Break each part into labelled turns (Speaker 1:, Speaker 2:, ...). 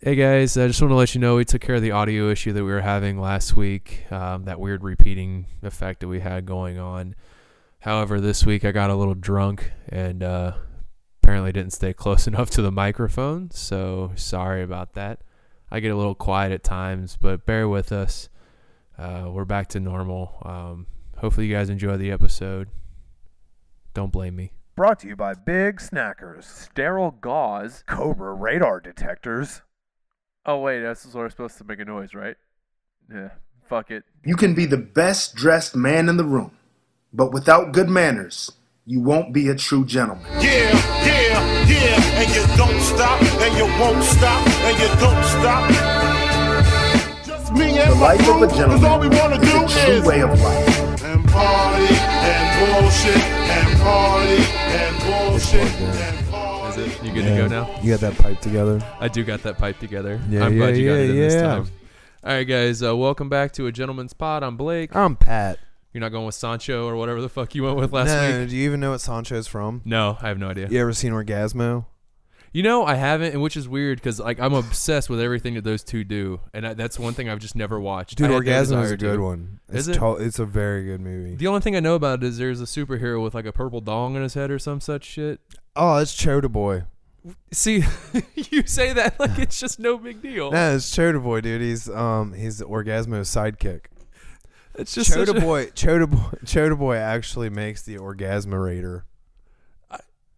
Speaker 1: Hey guys, I just want to let you know we took care of the audio issue that we were having last week, um, that weird repeating effect that we had going on. However, this week I got a little drunk and uh, apparently didn't stay close enough to the microphone, so sorry about that. I get a little quiet at times, but bear with us. Uh, we're back to normal. Um, hopefully, you guys enjoy the episode. Don't blame me.
Speaker 2: Brought to you by Big Snackers, Sterile Gauze, Cobra Radar Detectors. Oh, wait, that's what we're supposed to make a noise, right? Yeah, fuck it.
Speaker 3: You can be the best dressed man in the room, but without good manners, you won't be a true gentleman.
Speaker 4: Yeah, yeah, yeah, and you don't stop, and you won't stop, and you don't stop. Just me and
Speaker 3: The
Speaker 4: my
Speaker 3: life of
Speaker 4: crew,
Speaker 3: a
Speaker 4: 'cause all we
Speaker 3: gentleman
Speaker 4: wanna do
Speaker 3: is a
Speaker 4: is
Speaker 3: true way of life.
Speaker 4: and party and bullshit and party and bullshit and
Speaker 1: Is
Speaker 4: party.
Speaker 1: it? You good to go now?
Speaker 5: You got that pipe together.
Speaker 1: I do got that pipe together.
Speaker 5: Yeah,
Speaker 1: I'm glad
Speaker 5: yeah,
Speaker 1: you got
Speaker 5: yeah,
Speaker 1: it in this
Speaker 5: yeah.
Speaker 1: time. All right, guys, uh, welcome back to a gentleman's pod. I'm Blake.
Speaker 5: I'm Pat.
Speaker 1: You're not going with Sancho or whatever the fuck you went with last
Speaker 5: no,
Speaker 1: week.
Speaker 5: do you even know what Sancho's from?
Speaker 1: No, I have no idea.
Speaker 5: You ever seen Orgasmo?
Speaker 1: You know, I haven't, and which is weird because like I'm obsessed with everything that those two do, and I, that's one thing I've just never watched.
Speaker 5: Dude,
Speaker 1: I had no
Speaker 5: Orgasmo is
Speaker 1: desire
Speaker 5: a good
Speaker 1: to.
Speaker 5: one.
Speaker 1: Is
Speaker 5: It's
Speaker 1: it?
Speaker 5: to- it's a very good movie.
Speaker 1: The only thing I know about it is there's a superhero with like a purple dong on his head or some such shit.
Speaker 5: oh, it's Chota Boy.
Speaker 1: See, you say that like it's just no big deal.
Speaker 5: No, it's Chota Boy, dude. He's um he's Orgasmo's sidekick.
Speaker 1: It's just such
Speaker 5: Chota
Speaker 1: a-
Speaker 5: Boy, Chota Boy, Chota Boy actually makes the Orgasmorator.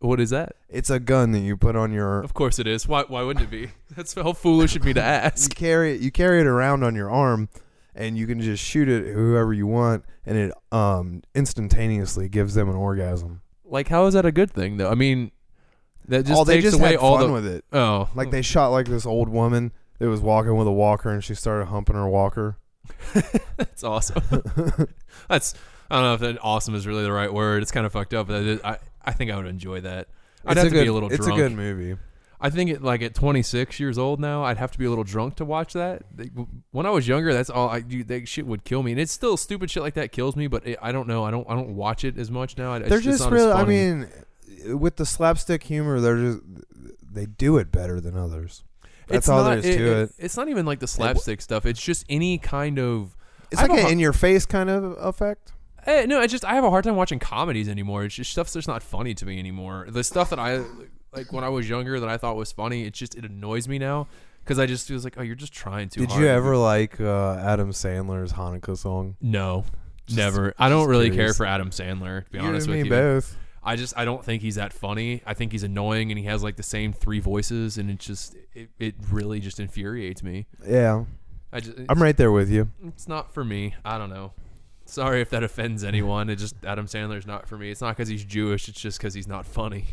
Speaker 1: What is that?
Speaker 5: It's a gun that you put on your
Speaker 1: Of course it is. Why? Why wouldn't it be? That's how foolish of me to
Speaker 5: you
Speaker 1: ask.
Speaker 5: carry it you carry it around on your arm and you can just shoot it at whoever you want and it um instantaneously gives them an orgasm.
Speaker 1: Like, how is that a good thing though? I mean, that just
Speaker 5: oh, they
Speaker 1: takes
Speaker 5: just
Speaker 1: away
Speaker 5: had
Speaker 1: all
Speaker 5: fun
Speaker 1: the.
Speaker 5: with it.
Speaker 1: oh,
Speaker 5: Like they shot like this old woman that was walking with a walker and she started humping her walker.
Speaker 1: That's awesome. That's I don't know if that awesome is really the right word. It's kind of fucked up. But it- I I think I would enjoy that. I'd
Speaker 5: It's
Speaker 1: have to
Speaker 5: good,
Speaker 1: be a little
Speaker 5: It's
Speaker 1: drunk.
Speaker 5: a good movie.
Speaker 1: I think it, like at 26 years old now, I'd have to be a little drunk to watch that. They- When I was younger, that's all I do. That shit would kill me, and it's still stupid shit like that kills me. But it, I don't know. I don't I don't watch it as much now. It's
Speaker 5: They're just
Speaker 1: not as
Speaker 5: really I
Speaker 1: funny.
Speaker 5: mean with the slapstick humor, they're just they do it better than others. That's
Speaker 1: It's
Speaker 5: all
Speaker 1: not,
Speaker 5: there is to it.
Speaker 1: It's not even like the slapstick stuff. It's just any kind of.
Speaker 5: It's
Speaker 1: I have
Speaker 5: like
Speaker 1: a
Speaker 5: an
Speaker 1: har-
Speaker 5: in your face kind of effect.
Speaker 1: Eh, no, I just I have a hard time watching comedies anymore. It's just stuff's just not funny to me anymore. The stuff that I like when I was younger that I thought was funny, it just it annoys me now because I just was like, oh, you're just trying too
Speaker 5: Did
Speaker 1: hard.
Speaker 5: you ever like uh, Adam Sandler's Hanukkah song?
Speaker 1: No,
Speaker 5: Just-
Speaker 1: never. I don't
Speaker 5: just
Speaker 1: really
Speaker 5: curious.
Speaker 1: care for Adam Sandler. To be
Speaker 5: You
Speaker 1: honest
Speaker 5: and
Speaker 1: with
Speaker 5: me
Speaker 1: you,
Speaker 5: both.
Speaker 1: I just I don't think he's that funny. I think he's annoying and he has like the same three voices and it just it, it really just infuriates me.
Speaker 5: Yeah,
Speaker 1: I just it's,
Speaker 5: I'm right there with you.
Speaker 1: it's not for me. I don't know. Sorry if that offends anyone. It just Adam Sandler's not for me. It's not because he's Jewish. It's just because he's not funny.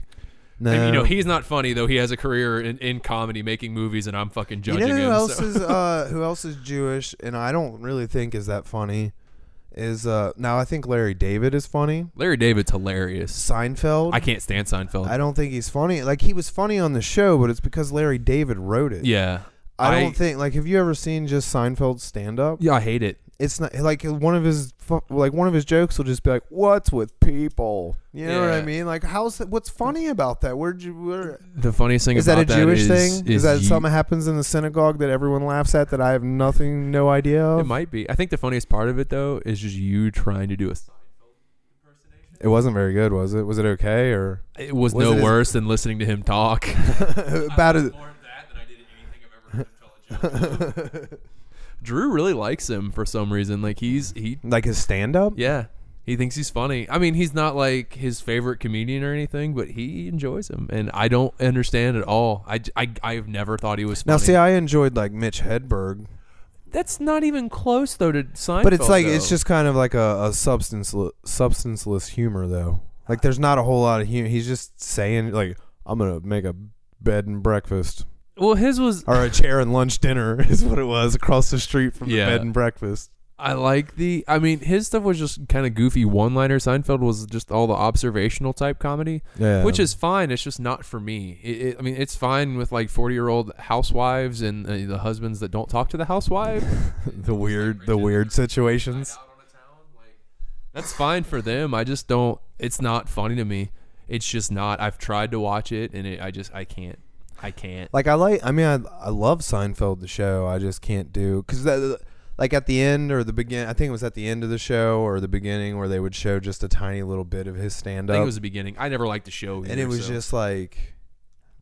Speaker 5: No,
Speaker 1: And, you know, he's not funny though. He has a career in, in comedy, making movies, and I'm fucking
Speaker 5: You
Speaker 1: judging
Speaker 5: know who
Speaker 1: him.
Speaker 5: else
Speaker 1: so.
Speaker 5: is uh, who else is Jewish, and I don't really think is that funny. Is uh, now I think Larry David is funny.
Speaker 1: Larry David's hilarious.
Speaker 5: Seinfeld.
Speaker 1: I can't stand Seinfeld.
Speaker 5: I don't think he's funny. Like he was funny on the show, but it's because Larry David wrote it.
Speaker 1: yeah,
Speaker 5: I don't
Speaker 1: I-
Speaker 5: think like have you ever seen just Seinfeld stand up?
Speaker 1: yeah, I hate it.
Speaker 5: It's not like one of his fu- like one of his jokes will just be like, "What's with people?" You know what
Speaker 1: Yeah.
Speaker 5: I mean? Like, how's that, what's funny about that? Where'd you? Where,
Speaker 1: The funniest thing
Speaker 5: is that a
Speaker 1: about
Speaker 5: Jewish
Speaker 1: is-
Speaker 5: thing? Is, that
Speaker 1: ye-
Speaker 5: something that happens in the synagogue that everyone laughs at that I have nothing, no idea
Speaker 1: It
Speaker 5: of?
Speaker 1: might be. I think the funniest part of it though is just you trying to do a.
Speaker 5: It wasn't very good, was it? Was it okay or
Speaker 1: It was,
Speaker 5: Was
Speaker 1: no
Speaker 5: it his-
Speaker 1: worse than listening to him talk.
Speaker 5: Uh, about it?
Speaker 1: Drew really likes him for some reason. Like he's he
Speaker 5: Like his stand up?
Speaker 1: yeah. He thinks he's funny. I mean, he's not like his favorite comedian or anything, but he enjoys him, and I don't understand at all. I, j- I, I've never thought he was funny.
Speaker 5: Now, see, I enjoyed like Mitch Hedberg,
Speaker 1: that's not even close though to Seinfeld.
Speaker 5: but it's like it's
Speaker 1: though.
Speaker 5: just kind of like a, a substance substanceless humor though. Like there's not a whole lot of humor. He's just saying like I'm gonna make a bed and breakfast
Speaker 1: well, his was
Speaker 5: or a chair and lunch dinner is what it was across the street from
Speaker 1: Yeah.
Speaker 5: the bed and breakfast.
Speaker 1: I like the. I mean, his stuff was just kind of goofy one liner. Seinfeld was just all the observational type comedy,
Speaker 5: Yeah.
Speaker 1: which is fine. It's just not for me. It, it, I mean, it's fine with like 40 year old housewives and uh, the husbands that don't talk to the housewife.
Speaker 5: the weird the weird situations.
Speaker 1: That's fine for them. I just don't. It's not funny to me. It's just not. I've tried to watch it and it, I just I can't. I can't.
Speaker 5: Like I like, I mean, I, I love Seinfeld the show. I just can't do because that, like at the end or the begin, I think it was at the end of the show or the beginning where they would show just a tiny little bit of his stand
Speaker 1: I think it
Speaker 5: up,
Speaker 1: was the beginning. I never liked the show,
Speaker 5: and it
Speaker 1: either,
Speaker 5: was
Speaker 1: so-
Speaker 5: just like,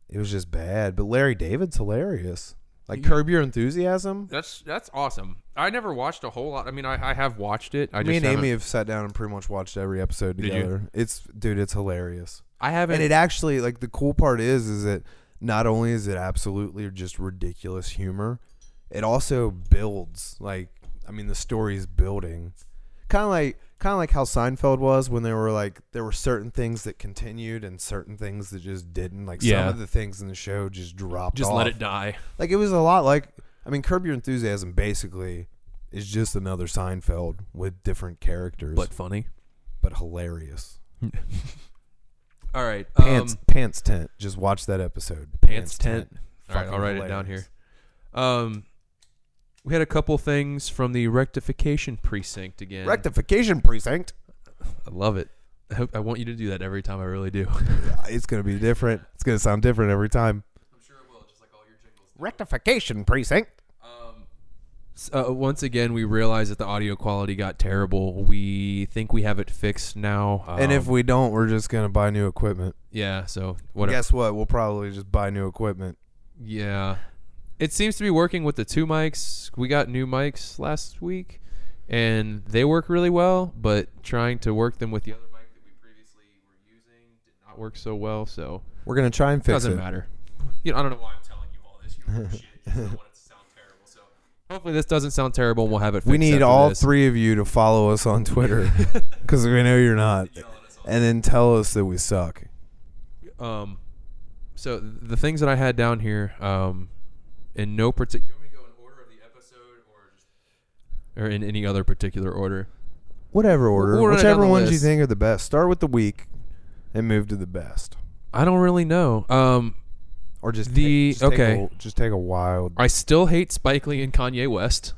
Speaker 5: it was just bad. But Larry David's hilarious. Like
Speaker 1: Yeah.
Speaker 5: Curb Your Enthusiasm.
Speaker 1: that's that's awesome. I never watched a whole lot. I mean, I, I have watched it. I
Speaker 5: Me
Speaker 1: just
Speaker 5: and Amy
Speaker 1: haven't-
Speaker 5: have sat down and pretty much watched every episode
Speaker 1: Did you?
Speaker 5: together. It's dude, it's hilarious.
Speaker 1: I haven't.
Speaker 5: and it actually like the cool part is is that not only is it absolutely just ridiculous humor it also builds like i mean the story's building kind of like kind of like how seinfeld was when there were like there were certain things that continued and certain things that just didn't like
Speaker 1: Yeah.
Speaker 5: some of the things in the show just dropped
Speaker 1: just let
Speaker 5: off.
Speaker 1: it die.
Speaker 5: like it was a lot like i mean curb your enthusiasm basically is just another seinfeld with different characters
Speaker 1: But funny.
Speaker 5: but hilarious
Speaker 1: All right.
Speaker 5: pants
Speaker 1: um,
Speaker 5: pants tent just watch that episode
Speaker 1: pants tent. All right, I'll write it down here. Um, we had a couple things from the rectification precinct again.
Speaker 5: Rectification precinct.
Speaker 1: I love it. I hope I want you to do that every time. I really do.
Speaker 5: It's gonna be different. It's gonna sound different every time. Rectification precinct.
Speaker 1: S- uh, once again, we realize that the audio quality got terrible. We think we have it fixed now.
Speaker 5: and if
Speaker 1: um,
Speaker 5: we don't, we're just gonna buy new equipment.
Speaker 1: yeah, so whatever.
Speaker 5: Guess what? We'll probably just buy new equipment.
Speaker 1: Yeah. It seems to be working with the two mics. We got new mics last week and they work really well, but trying to work them with the other mic that we previously were using did not work so well, so
Speaker 5: We're gonna try and
Speaker 1: it
Speaker 5: fix
Speaker 1: doesn't
Speaker 5: it.
Speaker 1: matter. You know, I don't know why I'm telling you all this. You don't give a shit. You just don't want it to sound terrible. So hopefully this doesn't sound terrible and we'll have it fixed
Speaker 5: We need
Speaker 1: after
Speaker 5: all
Speaker 1: this.
Speaker 5: three of you to follow us on Twitter because we know you're not, and then tell us that we suck.
Speaker 1: Um so th- the things that I had down here um in no particular or in any other particular order.
Speaker 5: Whatever order,
Speaker 1: We'll run it down
Speaker 5: whichever
Speaker 1: the
Speaker 5: ones you
Speaker 1: list.
Speaker 5: think are the best. Start with the weak, and move to the best,
Speaker 1: I don't really know. Um,
Speaker 5: or just
Speaker 1: The-
Speaker 5: take, just take
Speaker 1: okay.
Speaker 5: a- just take a wild.
Speaker 1: I still hate Spike Lee and Kanye West.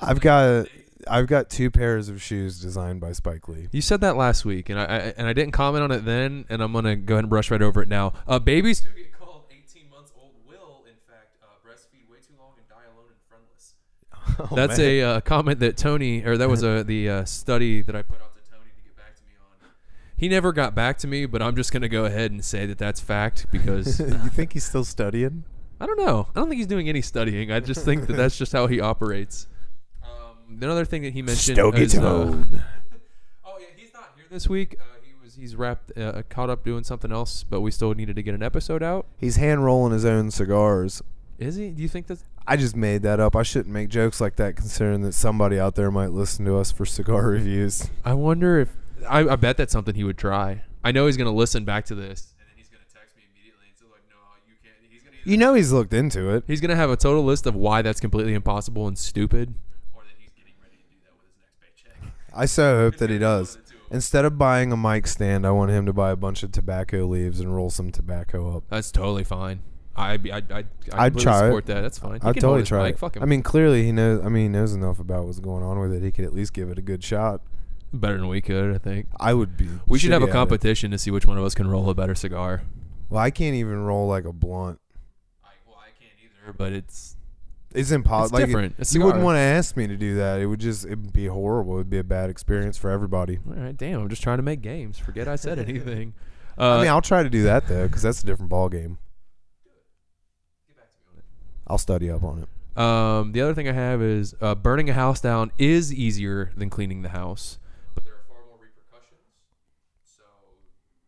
Speaker 5: I've got I've got two pairs of shoes designed by Spike Lee.
Speaker 1: You said that last week, and I, I and I didn't comment on it then, and I'm gonna go ahead and brush right over it now. Uh, babies who get called 18 months old will, in fact, uh, breastfeed way too long and die alone and friendless.
Speaker 5: Oh,
Speaker 1: That's a uh, comment that Tony, or that was a the uh, study that I put out to Tony to get back to me on. He never got back to me, but I'm just gonna go ahead and say that that's fact because
Speaker 5: you think he's still studying?
Speaker 1: I don't know. I don't think he's doing any studying. I just think that that's just how he operates. Um, another thing that he mentioned is, uh, oh yeah, he's not here this week. Uh, he was he's wrapped uh, caught up doing something else, but we still needed to get an episode out.
Speaker 5: He's hand rolling his own cigars.
Speaker 1: Is he? Do you think that's
Speaker 5: I just made that up. I shouldn't make jokes like that, considering that somebody out there might listen to us for cigar reviews.
Speaker 1: I wonder if I, I bet that's something he would try. I know he's gonna listen back to this, and then he's gonna text me immediately and say like, no, you can't. He's gonna
Speaker 5: You know he's looked into it.
Speaker 1: he's gonna have a total list of why that's completely impossible and stupid. Or that he's getting ready to do that with his next paycheck.
Speaker 5: I so hope that he does. Instead of buying a mic stand, I want him to buy a bunch of tobacco leaves and roll some tobacco up.
Speaker 1: That's totally fine. I I I I
Speaker 5: I'd
Speaker 1: completely
Speaker 5: try it.
Speaker 1: support that. That's fine. He
Speaker 5: I'd
Speaker 1: can hold
Speaker 5: totally
Speaker 1: his
Speaker 5: try
Speaker 1: mic.
Speaker 5: it.
Speaker 1: Fuck him.
Speaker 5: I mean, clearly he knows. I mean, he knows enough about what's going on with it. He could at least give it a good shot.
Speaker 1: better than we could. I think
Speaker 5: I would be.
Speaker 1: we should have
Speaker 5: shitty
Speaker 1: a
Speaker 5: at it.
Speaker 1: competition to see which one of us can roll a better cigar.
Speaker 5: Well, I can't even roll like a blunt.
Speaker 1: I, well, I can't either, but it's
Speaker 5: It's impossible.
Speaker 1: It's
Speaker 5: like,
Speaker 1: different.
Speaker 5: it-
Speaker 1: It's
Speaker 5: you wouldn't
Speaker 1: cigar.
Speaker 5: want to ask me to do that. It would just it'd be horrible. It'd be a bad experience for everybody.
Speaker 1: all right. Damn, I'm just trying to make games. Forget I said anything. Uh,
Speaker 5: I mean, I'll try to do that though, because that's a different ball game. I'll study up on it.
Speaker 1: Um, the other thing I have is uh, burning a house down is easier than cleaning the house, but there are far more repercussions. So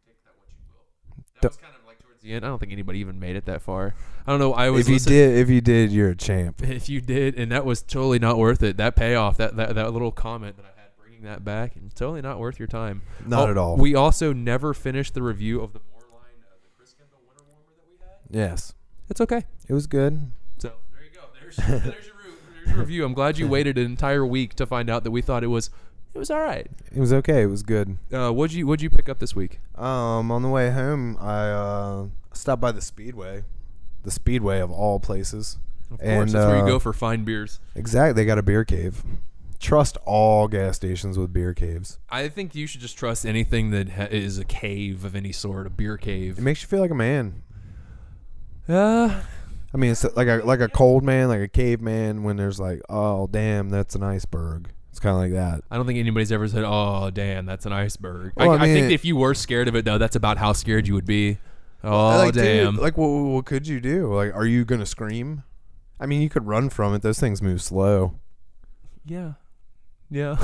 Speaker 1: take that what you will. That
Speaker 5: Don't-
Speaker 1: was kind of like towards the end. I don't think anybody even made it that far. I don't know. I was
Speaker 5: If you did, if you did, you're a champ.
Speaker 1: If you did, and that was totally not worth it. That payoff, that that, that little comment that I had, bringing that back, and totally not worth your time.
Speaker 5: Not
Speaker 1: Oh,
Speaker 5: at all.
Speaker 1: We also never finished the review of the Moreline, uh, the Chris Kendall Winter Warmer that we had.
Speaker 5: Yes,
Speaker 1: It's okay.
Speaker 5: it was good.
Speaker 1: So there you go. There's there's your, re- there's your review. I'm glad you waited an entire week to find out that we thought it was it was all right.
Speaker 5: It was okay. It was good.
Speaker 1: Uh, what'd you what'd you pick up this week?
Speaker 5: Um, on the way home, I uh, stopped by the Speedway, the Speedway of all places.
Speaker 1: Of
Speaker 5: And,
Speaker 1: course, that's where you
Speaker 5: uh,
Speaker 1: go for fine beers.
Speaker 5: Exactly. They got a beer cave. Trust all gas stations with beer caves.
Speaker 1: I think you should just trust anything that ha- is a cave of any sort, a beer
Speaker 5: It
Speaker 1: cave.
Speaker 5: makes you feel like a man.
Speaker 1: Uh,
Speaker 5: I mean, it's like a like a cold man, like a caveman. When there's like, oh damn, that's an iceberg. It's kind of like that.
Speaker 1: I don't think anybody's ever said, "Oh, damn, that's an iceberg."
Speaker 5: Well,
Speaker 1: I,
Speaker 5: I
Speaker 1: I think
Speaker 5: mean-
Speaker 1: if you were scared of it, though, that's about how scared you would be. Oh,
Speaker 5: like, dude,
Speaker 1: damn!
Speaker 5: like, what, what could you do? Like, are you gonna scream? I mean, you could run from it. Those things move slow.
Speaker 1: yeah, yeah.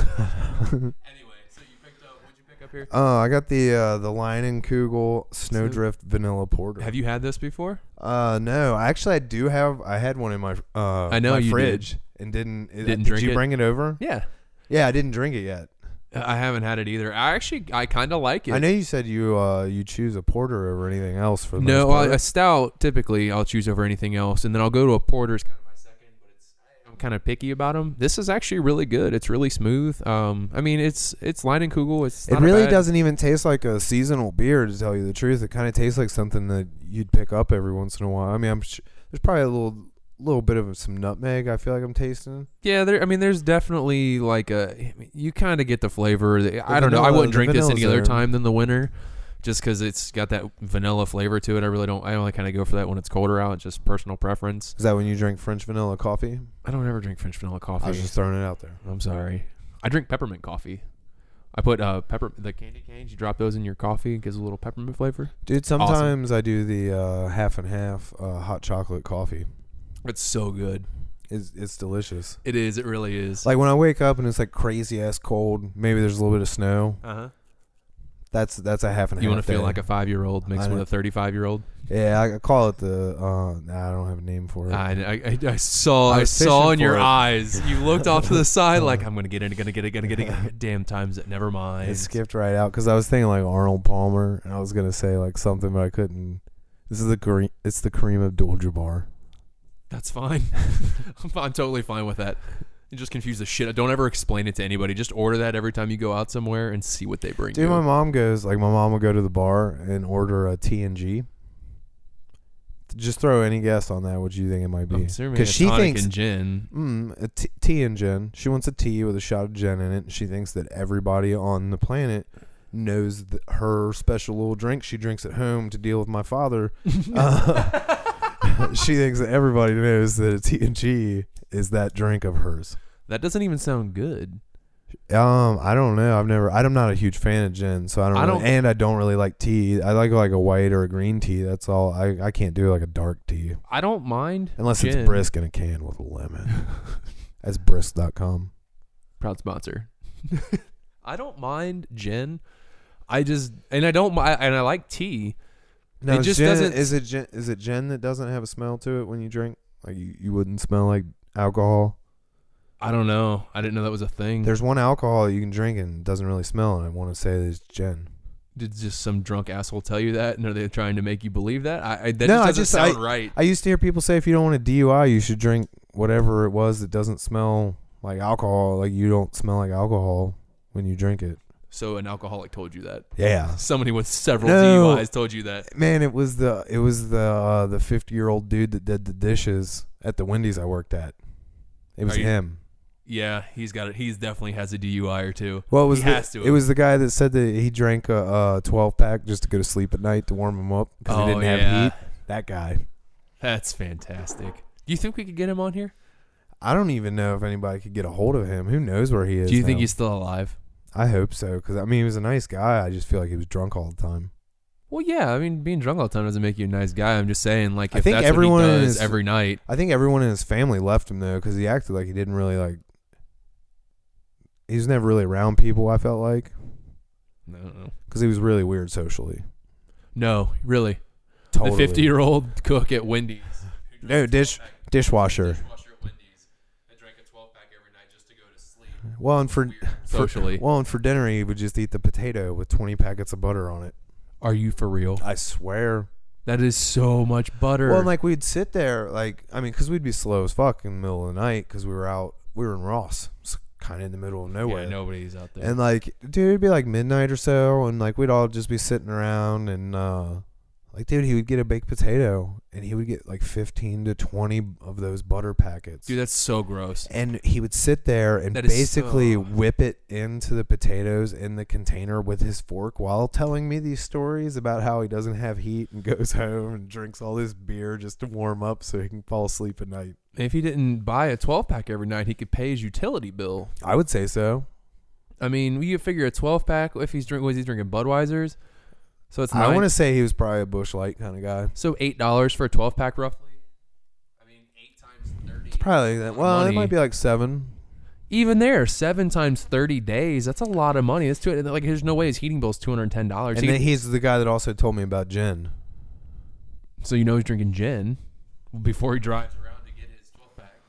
Speaker 1: anyway, so you picked up. What'd you pick up here?
Speaker 5: Oh, I got the uh, the Lion and Kugel Snowdrift Vanilla Porter.
Speaker 1: Have you had this before?
Speaker 5: Uh, no, actually, I do have. I had one in my uh,
Speaker 1: I know
Speaker 5: my
Speaker 1: you did.
Speaker 5: fridge and didn't didn't did
Speaker 1: drink
Speaker 5: you
Speaker 1: it?
Speaker 5: bring it over?
Speaker 1: Yeah,
Speaker 5: Yeah, I didn't drink it yet.
Speaker 1: I haven't had it either. I actually, I kind of like it.
Speaker 5: I know you said you uh you choose a porter over anything else for the
Speaker 1: No,
Speaker 5: most
Speaker 1: well,
Speaker 5: part.
Speaker 1: a stout typically I'll choose over anything else, and then I'll go to a porter's kind of my second, but it's I'm kind of picky about them. This is actually really good. It's really smooth. Um, I mean, it's it's Leinenkugel. It's
Speaker 5: It
Speaker 1: not a
Speaker 5: really
Speaker 1: bad-
Speaker 5: doesn't even taste like a seasonal beer, to tell you the truth. It kind of tastes like something that you'd pick up every once in a while. I mean, I'm sh- there's probably a little little bit of some nutmeg. I feel like I'm tasting.
Speaker 1: Yeah, there. I mean, there's definitely like a I mean, you kind of get the flavor. I don't know. I
Speaker 5: vanilla-
Speaker 1: wouldn't
Speaker 5: the
Speaker 1: drink this any
Speaker 5: vanilla's
Speaker 1: other
Speaker 5: there.
Speaker 1: time than the winter, just because it's got that vanilla flavor to it. I really don't. I only kind of go for that when it's colder out. It's just personal preference.
Speaker 5: Is that when you drink French vanilla coffee?
Speaker 1: I don't ever drink French vanilla
Speaker 5: I
Speaker 1: coffee.
Speaker 5: was just throwing it out there.
Speaker 1: I'm sorry. I drink peppermint coffee. I put uh pepper the candy canes. You drop those in your coffee. It gives a little peppermint flavor.
Speaker 5: Dude, sometimes I do the uh, half and half uh, hot chocolate coffee.
Speaker 1: It's so good.
Speaker 5: It's, it's delicious.
Speaker 1: It is. It really is.
Speaker 5: Like when I wake up and it's like crazy ass cold, maybe there's a little bit of snow.
Speaker 1: uh huh.
Speaker 5: That's that's a half and
Speaker 1: You
Speaker 5: half.
Speaker 1: want to feel
Speaker 5: day.
Speaker 1: like a five year old mixed
Speaker 5: I
Speaker 1: with
Speaker 5: know.
Speaker 1: a thirty five year old.
Speaker 5: yeah. I call it the. Uh, nah, I don't have a name for it.
Speaker 1: I, I, I- I saw
Speaker 5: I
Speaker 1: I,
Speaker 5: was
Speaker 1: saw
Speaker 5: fishing
Speaker 1: in your
Speaker 5: for it. Uh-huh.
Speaker 1: eyes. You looked off to the side like I'm gonna get in, gonna get it, gonna get it. Damn times it. Never mind.
Speaker 5: It skipped right out because I was thinking like Arnold Palmer, and I was gonna say like something, but I couldn't. This is the green. It's the cream of Jabbar.
Speaker 1: That's fine. I'm, I'm totally fine with that. You just confuse the shit. Don't ever explain it to anybody. Just order that every time you go out somewhere and see what they bring.
Speaker 5: Dude,
Speaker 1: you.
Speaker 5: my mom goes like my mom will go to the bar and order a TNG. Just throw any guess on that. What you think it might be?
Speaker 1: I'm assuming it's
Speaker 5: she
Speaker 1: tonic
Speaker 5: thinks
Speaker 1: and gin.
Speaker 5: mm, a t- tea and gin. She wants a tea with a shot of gin in it. and She thinks that everybody on the planet knows th- her special little drink she drinks at home to deal with my father. Uh, she thinks that everybody knows that a tea and G is that drink of hers.
Speaker 1: That doesn't even sound good.
Speaker 5: Um, I don't know. I've never. I'm not a huge fan of gin, so I don't.
Speaker 1: I
Speaker 5: really-
Speaker 1: don't-
Speaker 5: and I don't really like tea. I like like a white or a green tea. That's all. I I can't do like a dark tea
Speaker 1: I don't mind
Speaker 5: unless
Speaker 1: gin.
Speaker 5: it's brisk in a can with a lemon. That's brisk.com.
Speaker 1: Proud sponsor. I don't mind gin. I just and I don't mi- and I like tea.
Speaker 5: No,
Speaker 1: It
Speaker 5: it's
Speaker 1: just
Speaker 5: gin-
Speaker 1: doesn't-
Speaker 5: Is it gin, is it gin that doesn't have a smell to it when you drink? Like you, you wouldn't smell like alcohol.
Speaker 1: I don't know. I didn't know that was a thing.
Speaker 5: There's one alcohol you can drink and it doesn't really smell, and I want to say that it's gin.
Speaker 1: Did just some drunk asshole tell you that, and are they trying to make you believe that? I, I that
Speaker 5: no,
Speaker 1: just
Speaker 5: I
Speaker 1: doesn't
Speaker 5: just
Speaker 1: sound
Speaker 5: I,
Speaker 1: right.
Speaker 5: I used to hear people say if you don't want a DUI, you should drink whatever it was that doesn't smell like alcohol. Like you don't smell like alcohol when you drink it.
Speaker 1: so an alcoholic told you that.
Speaker 5: Yeah,
Speaker 1: Somebody with several
Speaker 5: No.
Speaker 1: DUIs told you that.
Speaker 5: man, it was the it was the uh, the fifty year old dude that did the dishes at the Wendy's I worked at. It was
Speaker 1: Are you-
Speaker 5: him.
Speaker 1: Yeah, he's got it. He's definitely has a DUI or two.
Speaker 5: Well, it was
Speaker 1: he
Speaker 5: the,
Speaker 1: has to.
Speaker 5: it was the guy that said that he drank a, a twelve pack just to go to sleep at night to warm him up because
Speaker 1: Oh,
Speaker 5: he didn't
Speaker 1: yeah.
Speaker 5: have heat. That guy.
Speaker 1: That's fantastic. Do you think we could get him on here?
Speaker 5: I don't even know if anybody could get a hold of him. Who knows where he is?
Speaker 1: Do you think
Speaker 5: now?
Speaker 1: he's still alive?
Speaker 5: I hope so because I mean he was a nice guy. I just feel like he was drunk all the time.
Speaker 1: Well, yeah. I mean, being drunk all the time doesn't make you a nice guy. I'm just saying, like,
Speaker 5: I
Speaker 1: if
Speaker 5: think
Speaker 1: that's
Speaker 5: everyone
Speaker 1: what he does
Speaker 5: is-
Speaker 1: every night,
Speaker 5: I think everyone in his family left him though because he acted like he didn't really like. He was never really around people. I felt like
Speaker 1: no, no,
Speaker 5: because he was really weird socially.
Speaker 1: no, really,
Speaker 5: Totally.
Speaker 1: the 50 year old cook at Wendy's.
Speaker 5: no dish dishwasher.
Speaker 1: Dishwasher at Wendy's. I drank a 12 pack every night just to go to sleep.
Speaker 5: Well, and for, for
Speaker 1: Socially.
Speaker 5: well, and for dinner he would just eat the potato with twenty packets of butter on it.
Speaker 1: Are you for real?
Speaker 5: I swear.
Speaker 1: That is so much butter.
Speaker 5: Well, and like we'd sit there, like I mean, because we'd be slow as fuck in the middle of the night because we were out, we were in Ross, kind of in the middle of
Speaker 1: yeah,
Speaker 5: nowhere.
Speaker 1: nobody's out there.
Speaker 5: And like, dude, it'd be like midnight or so, and like we'd all just be sitting around, and uh Like, dude, he would get a baked potato and he would get like 15 to 20 of those butter packets.
Speaker 1: Dude, that's so gross.
Speaker 5: and he would sit there and
Speaker 1: That is
Speaker 5: basically
Speaker 1: so-
Speaker 5: whip it into the potatoes in the container with his fork while telling me these stories about how he doesn't have heat and goes home and drinks all this beer just to warm up so he can fall asleep at night.
Speaker 1: If he didn't buy a 12 pack every night, he could pay his utility bill.
Speaker 5: I would say so.
Speaker 1: I mean, you figure a 12 pack if he's drink was he drinking Budweisers, so it's
Speaker 5: I
Speaker 1: nine-
Speaker 5: want to say he was probably a bush light kind of guy.
Speaker 1: so eight dollars for a 12 pack roughly. I mean, eight times thirty.
Speaker 5: Probably that. Well, it
Speaker 1: Money.
Speaker 5: might be like seven.
Speaker 1: Even there, seven times thirty days. That's a lot of money. That's two like there's no way his heating bill is two hundred and ten dollars.
Speaker 5: And then he's the guy that also told me about gin.
Speaker 1: So you know he's drinking gin before he drives around to get his 12 pack,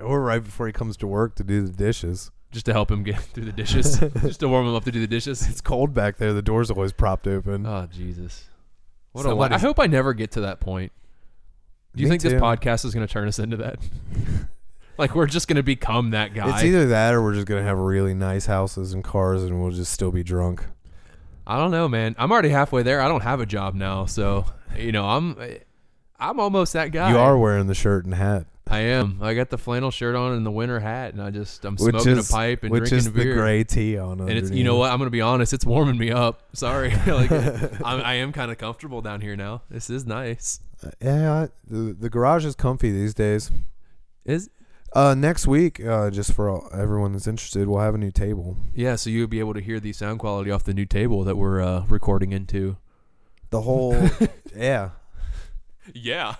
Speaker 5: or right before he comes to work to do the dishes.
Speaker 1: just to help him get through the dishes, just to warm him up to do the dishes.
Speaker 5: It's cold back there. The door's always propped open.
Speaker 1: Oh Jesus! What a li- I
Speaker 5: Somebody's-
Speaker 1: hope I never get to that point. Do you
Speaker 5: Me
Speaker 1: think
Speaker 5: too.
Speaker 1: this podcast is going to turn us into that? like we're just going to become that guy.
Speaker 5: It's either that or we're just gonna have really nice houses and cars and we'll just still be drunk.
Speaker 1: I don't know, man. I'm already halfway there. I don't have a job now, so you know I'm. I'm almost that guy.
Speaker 5: You are wearing the shirt and hat,
Speaker 1: I am. I got the flannel shirt on and the winter hat, and I just I'm
Speaker 5: which
Speaker 1: smoking
Speaker 5: is
Speaker 1: a pipe and
Speaker 5: which
Speaker 1: drinking
Speaker 5: is
Speaker 1: a beer.
Speaker 5: the gray tee on.
Speaker 1: and it's you know what I'm gonna be honest, it's warming me up. Sorry, like I'm, I am kind of comfortable down here now. This is nice.
Speaker 5: Yeah, the, the garage is comfy these days.
Speaker 1: Is
Speaker 5: Uh, next week, uh, just for all, everyone that's interested, we'll have a new table.
Speaker 1: yeah, so you'll be able to hear the sound quality off the new table that we're uh, recording into.
Speaker 5: The whole, yeah,
Speaker 1: Yeah.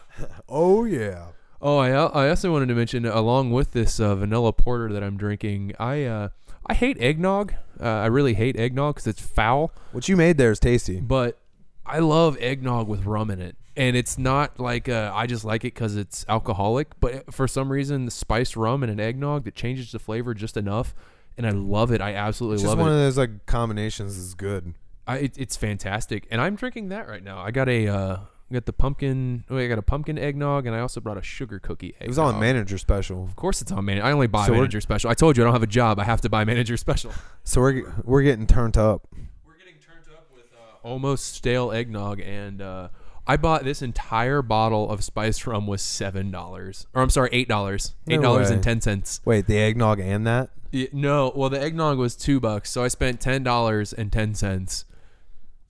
Speaker 5: oh yeah.
Speaker 1: Oh, I I also wanted to mention along with this uh, vanilla porter that I'm drinking, I uh, I hate eggnog. Uh, I really hate eggnog because it's foul.
Speaker 5: What you made there is tasty.
Speaker 1: but I love eggnog with rum in it. And it's not like uh, I just like it because it's alcoholic, but for some reason, the spiced rum in an eggnog that changes the flavor just enough. And I love it. I absolutely
Speaker 5: Just
Speaker 1: love
Speaker 5: one
Speaker 1: it.
Speaker 5: of those like combinations is good.
Speaker 1: I, it. It's fantastic. And I'm drinking that right now. I got a. Uh, I got the pumpkin. oh, I got a pumpkin eggnog, and I also brought a sugar cookie. Eggnog.
Speaker 5: It was on manager special,
Speaker 1: Of course, it's on manager. I only buy
Speaker 5: So we're-
Speaker 1: manager special. I told you I don't have a job. I have to buy manager special.
Speaker 5: so we're we're getting turned up.
Speaker 1: We're getting turned up with uh, almost stale eggnog, and uh, I bought this entire bottle of spiced rum was seven dollars, or I'm sorry, eight dollars,
Speaker 5: No
Speaker 1: eight dollars
Speaker 5: way.
Speaker 1: and ten cents.
Speaker 5: Wait, the eggnog and that?
Speaker 1: No, well, the eggnog was two bucks, so I spent ten dollars and ten cents.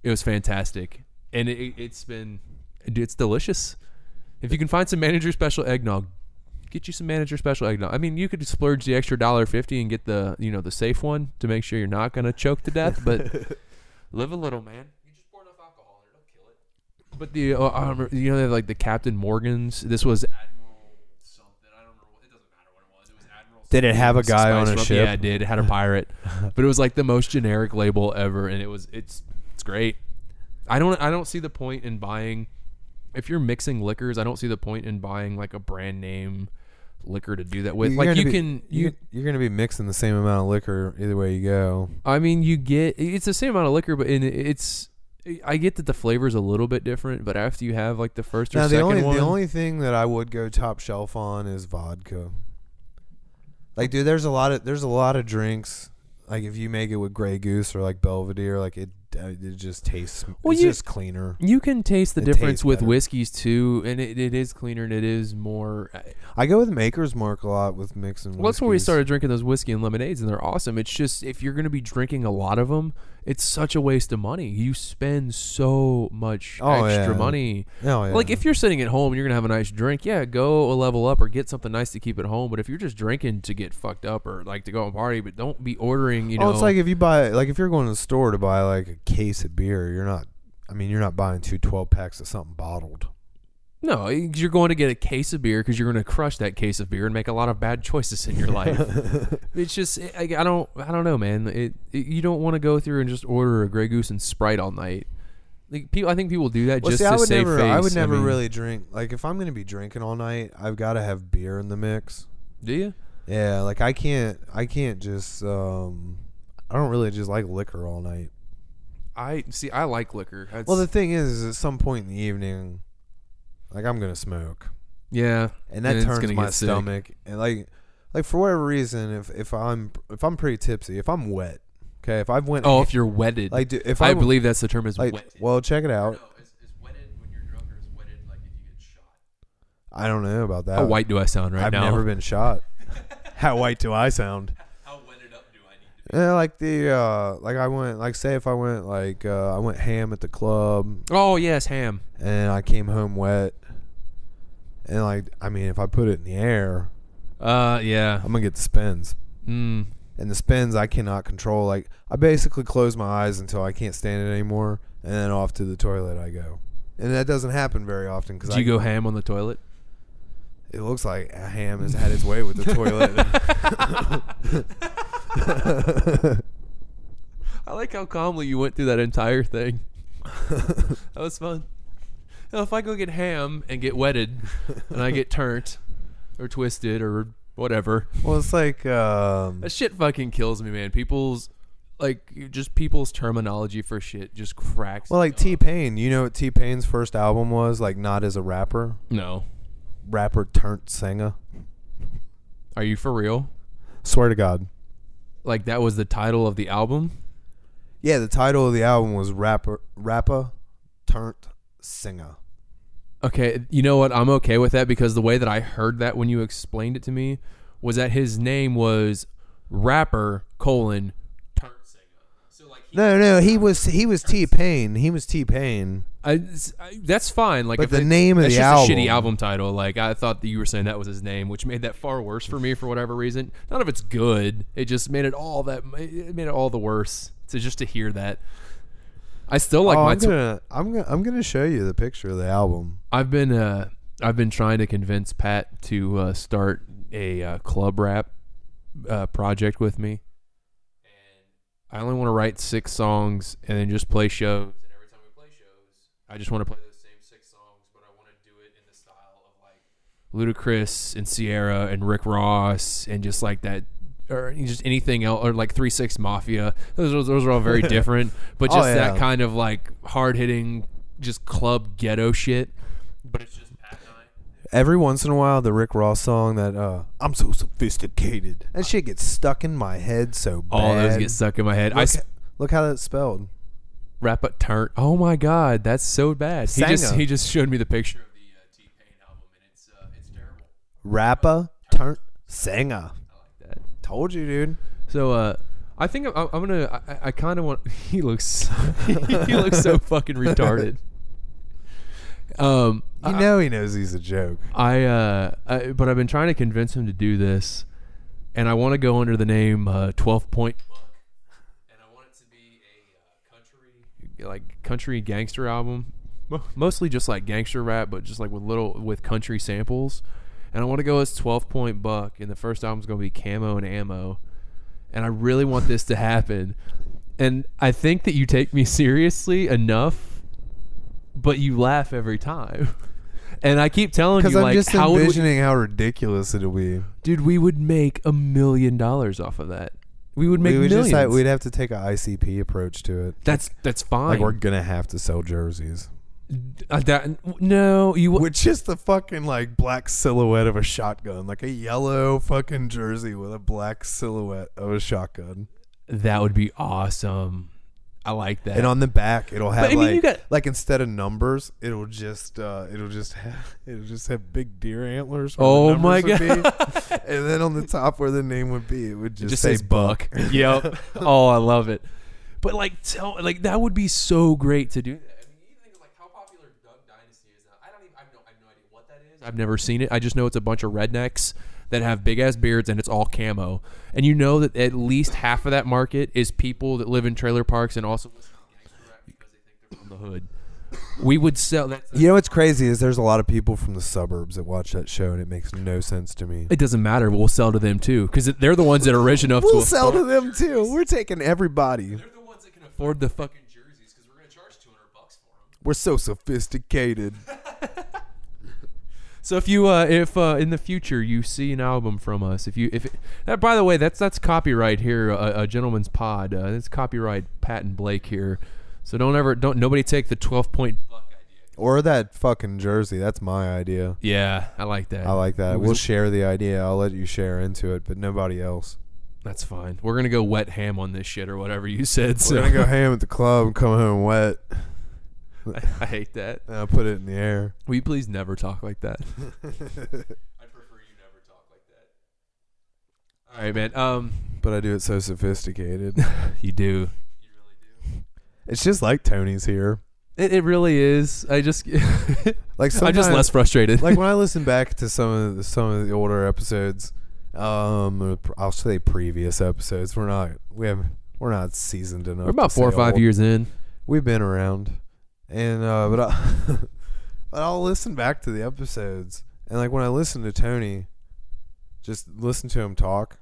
Speaker 1: It was fantastic, and it, it- it's been, dude, it's delicious. If you can find some manager special eggnog, get you some manager special eggnog. I mean, you could splurge the extra dollar fifty and get the you know the safe one to make sure you're not gonna choke to death, but. Live a little, man. You just pour enough alcohol and it'll kill it. But the uh, I remember- you know they have like the Captain Morgans. This was Admiral something. I don't remember. What, it doesn't matter what it was. It was Admiral.
Speaker 5: Did it have a
Speaker 1: something.
Speaker 5: guy on
Speaker 1: Spice
Speaker 5: a
Speaker 1: rum.
Speaker 5: ship?
Speaker 1: Yeah, it did. It had a pirate, but it was like the most generic label ever, and it was it's it's great. I don't I don't see the point in buying if you're mixing liquors. I don't see the point in buying like a brand name liquor to do that with. like
Speaker 5: gonna
Speaker 1: you
Speaker 5: be-
Speaker 1: can you
Speaker 5: you're gonna be mixing the same amount of liquor either way you go.
Speaker 1: I mean, you get it's the same amount of liquor, but in, it's I get that the flavor's a little bit different. But after you have like the first or
Speaker 5: Now the
Speaker 1: second
Speaker 5: only
Speaker 1: one,
Speaker 5: the only thing that I would go top shelf on is vodka. Like, dude, there's a lot of there's a lot of drinks. Like, if you make it with Grey Goose or like Belvedere, like it uh, it just tastes
Speaker 1: Well,
Speaker 5: it's
Speaker 1: you-
Speaker 5: just cleaner.
Speaker 1: you can taste the
Speaker 5: It
Speaker 1: difference
Speaker 5: tastes
Speaker 1: with
Speaker 5: better.
Speaker 1: whiskeys too, and it, it is cleaner and it is more.
Speaker 5: I go with Maker's Mark a lot with mixing.
Speaker 1: Well, that's where we
Speaker 5: whiskeys.
Speaker 1: started drinking those whiskey and lemonades, and they're awesome. It's just if you're going to be drinking a lot of them, it's such a waste of money. You spend so much
Speaker 5: Oh,
Speaker 1: extra
Speaker 5: yeah.
Speaker 1: money.
Speaker 5: Oh, yeah.
Speaker 1: Like if you're sitting at home, you're gonna have a nice drink. Yeah, go a level up or get something nice to keep at home. But if you're just drinking to get fucked up or like to go and party, but don't be ordering. You know,
Speaker 5: oh, it's like if you buy like if you're going to the store to buy like a case of beer, you're not. I mean, you're not buying two 12 packs of something bottled.
Speaker 1: no, you're going to get a case of beer because you're gonna crush that case of beer and make a lot of bad choices in your life. it's just eh, I, I don't I don't know, man. It, it you don't want to go through and just order a Grey Goose and Sprite all night. Like people, I think people do that
Speaker 5: Well,
Speaker 1: just
Speaker 5: see,
Speaker 1: to
Speaker 5: I would
Speaker 1: save
Speaker 5: never,
Speaker 1: face.
Speaker 5: I would never
Speaker 1: mean,
Speaker 5: really drink. Like, if I'm gonna be drinking all night, I've got to have beer in the mix.
Speaker 1: Do you?
Speaker 5: Yeah, like I can't, I can't just. um I don't really just like liquor all night.
Speaker 1: I see. I like liquor. That's,
Speaker 5: Well, the thing is, is at some point in the evening, like I'm gonna smoke,
Speaker 1: yeah,
Speaker 5: and that
Speaker 1: it's
Speaker 5: turns
Speaker 1: gonna
Speaker 5: my
Speaker 1: get sick.
Speaker 5: stomach. And like, like for whatever reason, if if I'm if I'm pretty tipsy, if I'm wet, okay, if I've went,
Speaker 1: Oh, if you're wedded,
Speaker 5: like, dude, if
Speaker 1: I
Speaker 5: I'm-
Speaker 1: believe that's the term is
Speaker 5: like,
Speaker 1: wet.
Speaker 5: well, check it out. I don't know about that.
Speaker 1: How white do I sound right
Speaker 5: I've
Speaker 1: now?
Speaker 5: never been shot. How white do I sound? Yeah, like the uh, like I went like say if I went like uh, I went ham at the club
Speaker 1: Oh yes, ham.
Speaker 5: and I came home wet and like I mean if I put it in the air
Speaker 1: Uh yeah.
Speaker 5: I'm gonna get the spins
Speaker 1: Mm.
Speaker 5: and the spins I cannot control like I basically close my eyes until I can't stand it anymore and then off to the toilet I go and that doesn't happen very often because
Speaker 1: Do you go ham on the toilet?
Speaker 5: it looks like a ham has had its way with the toilet.
Speaker 1: I like how calmly you went through that entire thing. that was fun. Now, if I go get ham and get wetted, and I get turned, or twisted, or whatever,
Speaker 5: well, it's like um,
Speaker 1: that shit fucking kills me, man. People's like you- just people's terminology for shit just cracks.
Speaker 5: well,
Speaker 1: me
Speaker 5: like
Speaker 1: up.
Speaker 5: T Pain. You know what T Pain's first album was like? Not as a rapper,
Speaker 1: no,
Speaker 5: rapper turned singer.
Speaker 1: are you for real?
Speaker 5: Swear to God.
Speaker 1: Like that was the title of the album.
Speaker 5: Yeah, the title of the album was rapper rapper turned singer.
Speaker 1: Okay, you know what? I'm okay with that because the way that I heard that when you explained it to me was that his name was rapper colon turn singer. So like he,
Speaker 5: No, no, he was he was T Pain. He was T Pain.
Speaker 1: I, it's- I- that's fine. Like,
Speaker 5: But
Speaker 1: if
Speaker 5: the
Speaker 1: it-
Speaker 5: name of
Speaker 1: that's
Speaker 5: the
Speaker 1: just a shitty
Speaker 5: album-
Speaker 1: album title. Like, I thought that you were saying that was his name, which made that far worse for me for whatever reason. None of it's good. It just made it all that it made it all the worse to just to hear that. I still like
Speaker 5: oh,
Speaker 1: my.
Speaker 5: I'm
Speaker 1: tw-
Speaker 5: gonna I'm gonna I'm gonna show you the picture of the album.
Speaker 1: I've been uh I've been trying to convince Pat to uh, start a uh, club rap uh, project with me. And I only want to write six songs and then just play shows. And every time we play shows, I just want to play those same six songs, but I want to do it in the style of like Ludacris and Sierra and Rick Ross and just like that. Or just anything else, or like Three Six Mafia. Those are, those are all very different, but
Speaker 5: Oh,
Speaker 1: just
Speaker 5: yeah.
Speaker 1: that kind of like hard hitting, just club ghetto shit. But it's just Pat and I.
Speaker 5: Every once in a while, the Rick Ross song that uh, I'm so sophisticated. That shit gets stuck in my head so bad.
Speaker 1: All Oh, those get stuck in my head. I
Speaker 5: Look,
Speaker 1: s-
Speaker 5: look how that's spelled.
Speaker 1: rap a turn. Oh my god, that's so bad. He just
Speaker 5: Sanger.
Speaker 1: he just showed me the picture of the uh, T Pain album, and it's uh, it's terrible.
Speaker 5: Rapper turn singer.
Speaker 1: That.
Speaker 5: Told you, dude.
Speaker 1: So uh, I think I'm, I'm gonna. I, I kind of want. He looks. so- he looks so fucking retarded. Um,
Speaker 5: You know he knows he's a joke.
Speaker 1: I, uh, I but I've been trying to convince him to do this, and I want to go under the name uh, Twelve Point Buck, and I want it to be a uh, country, like country gangster album, Mo- mostly just like gangster rap, but just like with little with country samples. And I want to go as Twelve Point Buck, and the first album's gonna be Camo and Ammo, and I really want this to happen. And I think that you take me seriously enough, but you laugh every time. And I keep telling you,
Speaker 5: Because I'm
Speaker 1: like,
Speaker 5: just
Speaker 1: how would we-
Speaker 5: envisioning how ridiculous it'll be.
Speaker 1: dude, we would make a million dollars off of that. We would make
Speaker 5: we would
Speaker 1: millions.
Speaker 5: just have, we'd have to take a ICP approach to it.
Speaker 1: that's that's fine.
Speaker 5: Like we're gonna have to sell jerseys,
Speaker 1: Uh, that- no, you would.
Speaker 5: which is the fucking like black silhouette of a shotgun, like a yellow fucking jersey with a black silhouette of a shotgun.
Speaker 1: That would be awesome. I like that.
Speaker 5: and on the back it'll have
Speaker 1: I mean,
Speaker 5: like,
Speaker 1: you got-
Speaker 5: like instead of numbers it'll just uh it'll just have it'll just have big deer antlers where the
Speaker 1: oh
Speaker 5: numbers
Speaker 1: my
Speaker 5: would
Speaker 1: god!
Speaker 5: be. and then on the top where the name would be it would just,
Speaker 1: It just
Speaker 5: say
Speaker 1: says buck. yep. Oh, I love it. But like, tell like that would be so great to do. that. I mean, you think of, like, how popular Duck Dynasty is now. I don't even. I have no, I have no idea what that is. I've never seen it. I just know it's a bunch of rednecks that have big ass beards and it's all camo. And you know that at least half of that market is people that live in trailer parks and also listen to gangster rap because they think they're from the hood. We would sell that.
Speaker 5: you know what's crazy is there's a lot of people from the suburbs that watch that show and it makes no sense to me
Speaker 1: It doesn't matter. We'll sell to them too because they're the ones that are rich enough
Speaker 5: we'll
Speaker 1: to
Speaker 5: sell to
Speaker 1: afford-
Speaker 5: them too we're taking everybody
Speaker 1: They're the ones that can afford the fucking jerseys because we're gonna charge two hundred bucks for them.
Speaker 5: we're so sophisticated
Speaker 1: So if you uh, if uh, in the future you see an album from us, if you if it, that by the way that's that's copyright here, uh, a gentleman's pod. Uh, that's copyright Pat and Blake here. So don't ever don't nobody take the twelve point.
Speaker 5: or that fucking jersey that's my idea
Speaker 1: Yeah, I like that.
Speaker 5: i like that
Speaker 1: It was-
Speaker 5: we'll share the idea i'll let you share into it but nobody else
Speaker 1: That's fine. We're gonna go wet ham on this shit or whatever you said. So
Speaker 5: We're gonna go ham at the club and come home wet.
Speaker 1: I, I hate that.
Speaker 5: And I put it in the air.
Speaker 1: Will you please never talk like that? I prefer you never talk like that. All right, man. Um,
Speaker 5: but I do it so sophisticated.
Speaker 1: you do.
Speaker 5: it's just like Tony's here.
Speaker 1: It, it really is. I just,
Speaker 5: Like
Speaker 1: I'm just
Speaker 5: sometimes-
Speaker 1: less frustrated.
Speaker 5: like when I listen back to some of the, some of the older episodes, um, I'll say previous episodes. We're not we have we're not seasoned enough.
Speaker 1: we're about
Speaker 5: to
Speaker 1: four or
Speaker 5: say
Speaker 1: five
Speaker 5: old.
Speaker 1: years in.
Speaker 5: We've been around, and uh, but I, but I'll listen back to the episodes, and like when I listen to Tony, just listen to him talk.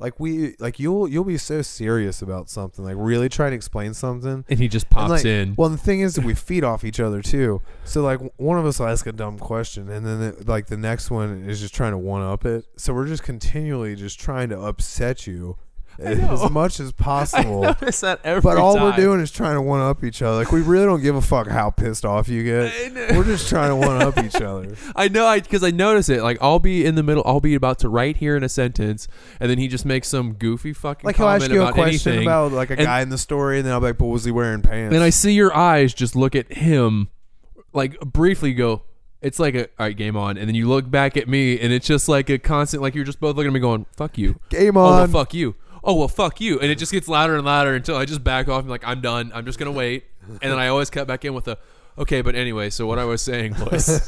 Speaker 5: Like we like you'll you'll be so serious about something, like really trying to explain something,
Speaker 1: and he just
Speaker 5: And,
Speaker 1: pops
Speaker 5: like,
Speaker 1: in.
Speaker 5: Well, the thing is that we feed off each other too. So like w- one of us will ask a dumb question, and then it, like the next one is just trying to one up it. So we're just continually just trying to upset you
Speaker 1: know.
Speaker 5: as much as possible.
Speaker 1: notice that every
Speaker 5: But all we're
Speaker 1: time.
Speaker 5: doing is trying to one up each other. Like we really don't give a fuck how pissed off you
Speaker 1: I
Speaker 5: get.
Speaker 1: know.
Speaker 5: We're just trying to one up each other.
Speaker 1: I know, I because I notice it. Like I'll be in the middle, I'll be about to write here in a sentence, and then he just makes some goofy fucking
Speaker 5: Like he'll
Speaker 1: comment
Speaker 5: ask you a
Speaker 1: about
Speaker 5: question
Speaker 1: anything.
Speaker 5: about like a
Speaker 1: and-
Speaker 5: guy in the story, and then I'll be like, "But was he wearing pants?"
Speaker 1: and I see your eyes just look at him, like briefly go. It's like a all right game on, and then you look back at me, and it's just like a constant. Like you're just both looking at me, going "fuck you,"
Speaker 5: Game
Speaker 1: oh well,
Speaker 5: on.
Speaker 1: fuck you, oh well, fuck you, and it just gets louder and louder until I just back off. and like I'm done. I'm just gonna wait, and then I always cut back in with a okay. But anyway, so what I was saying was.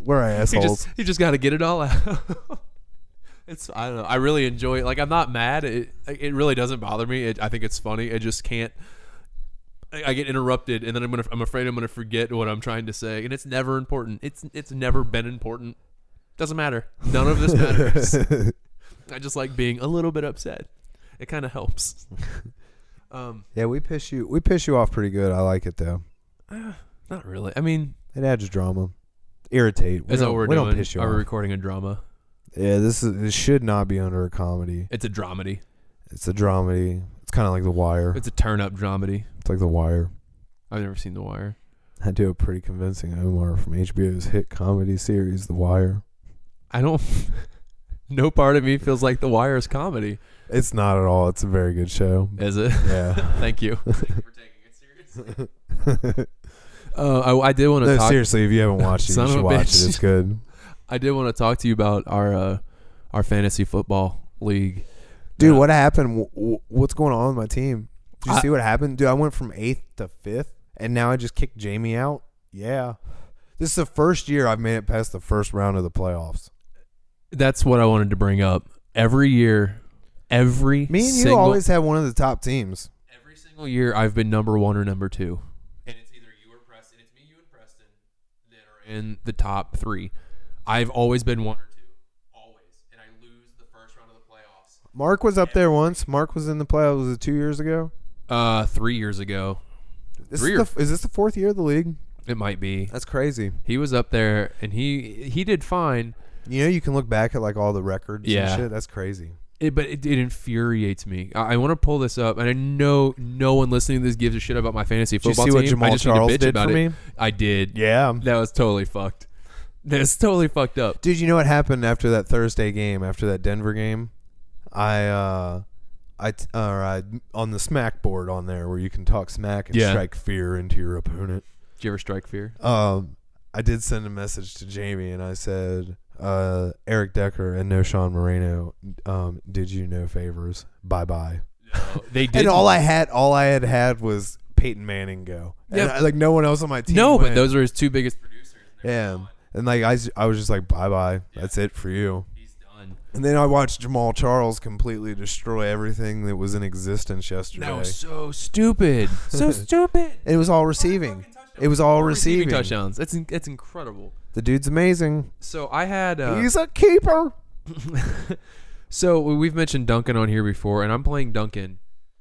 Speaker 5: we're
Speaker 1: You
Speaker 5: assholes.
Speaker 1: just you just got to get it all out. it's I don't know. I really enjoy it. Like I'm not mad. It it really doesn't bother me. It, I think it's funny. I just can't. I, I get interrupted, and then I'm gonna. I'm afraid I'm gonna forget what I'm trying to say, and it's never important. It's it's never been important. Doesn't matter. None of this matters. I just like being a little bit upset. It kind of helps. Um,
Speaker 5: yeah, we piss you. We piss you off pretty good. I like it though.
Speaker 1: not really. I mean,
Speaker 5: It adds drama. Irritate. We
Speaker 1: is that
Speaker 5: don't-
Speaker 1: what we're
Speaker 5: we
Speaker 1: doing?
Speaker 5: don't piss you
Speaker 1: Are we
Speaker 5: off.
Speaker 1: recording a drama?
Speaker 5: Yeah, this is. This should not be under a comedy.
Speaker 1: It's a dramedy.
Speaker 5: It's a dramedy. It's kind of like The Wire.
Speaker 1: It's a turn up dramedy.
Speaker 5: It's like The Wire.
Speaker 1: I've never seen The Wire.
Speaker 5: I do a pretty convincing Omar from HBO's hit comedy series, The Wire.
Speaker 1: I don't. no part of me feels like The Wire is comedy.
Speaker 5: It's not at all. It's a very good show.
Speaker 1: Is it?
Speaker 5: Yeah.
Speaker 1: Thank you. Thank you for taking it seriously. uh, I, I did want to
Speaker 5: no,
Speaker 1: talk.
Speaker 5: seriously, if you haven't watched it,
Speaker 1: Son
Speaker 5: you
Speaker 1: of
Speaker 5: should
Speaker 1: a
Speaker 5: watch
Speaker 1: bitch.
Speaker 5: it. It's good.
Speaker 1: I did want to talk to you about our uh, our fantasy football league.
Speaker 5: Dude,
Speaker 1: Yeah.
Speaker 5: what happened? W- w- What's going on with my team? Did you
Speaker 1: I-
Speaker 5: see what happened? Dude, I went from eighth to fifth, and now I just kicked Jamie out. Yeah. This is the first year I've made it past the first round of the playoffs.
Speaker 1: That's what I wanted to bring up. Every year, every
Speaker 5: Me and
Speaker 1: single,
Speaker 5: you always have one of the top teams.
Speaker 1: every single year, I've been number one or number two. And it's either you or Preston. It's me, you, and Preston that are in the top three. I've always been one or two, always, and I lose the first round of the playoffs.
Speaker 5: Mark was up there once. Mark was in the playoffs. Was it two years ago?
Speaker 1: Uh, three years ago,
Speaker 5: This
Speaker 1: Three
Speaker 5: is,
Speaker 1: or-
Speaker 5: the, is this the fourth year of the league?
Speaker 1: It might be.
Speaker 5: That's crazy.
Speaker 1: He was up there and he he did fine,
Speaker 5: You know, you can look back at like all the records
Speaker 1: Yeah.
Speaker 5: and shit. That's crazy.
Speaker 1: it, eh, but it, it infuriates me. I, I want to pull this up, and I know no one listening to this gives a shit about my fantasy
Speaker 5: you
Speaker 1: football
Speaker 5: see what
Speaker 1: team.
Speaker 5: Jamal
Speaker 1: I just
Speaker 5: Charles
Speaker 1: need to bitch
Speaker 5: did
Speaker 1: about
Speaker 5: for
Speaker 1: it.
Speaker 5: me?
Speaker 1: I did.
Speaker 5: Yeah.
Speaker 1: that was totally fucked. That's totally fucked up.
Speaker 5: Dude, you know what happened after that Thursday game, after that Denver game? I, uh, I, t- or I, on the smack board on there where you can talk smack and
Speaker 1: Yeah.
Speaker 5: strike fear into your opponent.
Speaker 1: Did you ever strike fear?
Speaker 5: Um, I did send a message to Jamie and I said, uh, Eric Decker and no Sean Moreno, um, did you no favors? Bye bye.
Speaker 1: they did.
Speaker 5: And all I had, all I had had was Peyton Manning go. And
Speaker 1: Yeah.
Speaker 5: I, like no one else on my team.
Speaker 1: no, but
Speaker 5: went.
Speaker 1: those are his two biggest producers.
Speaker 5: Yeah. And like I, s- I was just like, bye bye. That's it for you.
Speaker 1: He's done.
Speaker 5: And then I watched Jamal Charles completely destroy everything that was in existence yesterday.
Speaker 1: That was so stupid. So stupid.
Speaker 5: and it was all receiving. It was all receiving.
Speaker 1: touchdowns. That's in, that's incredible.
Speaker 5: The dude's amazing.
Speaker 1: So I had. Uh,
Speaker 5: He's a keeper.
Speaker 1: So we- we've mentioned Duncan on here before, and I'm playing Duncan.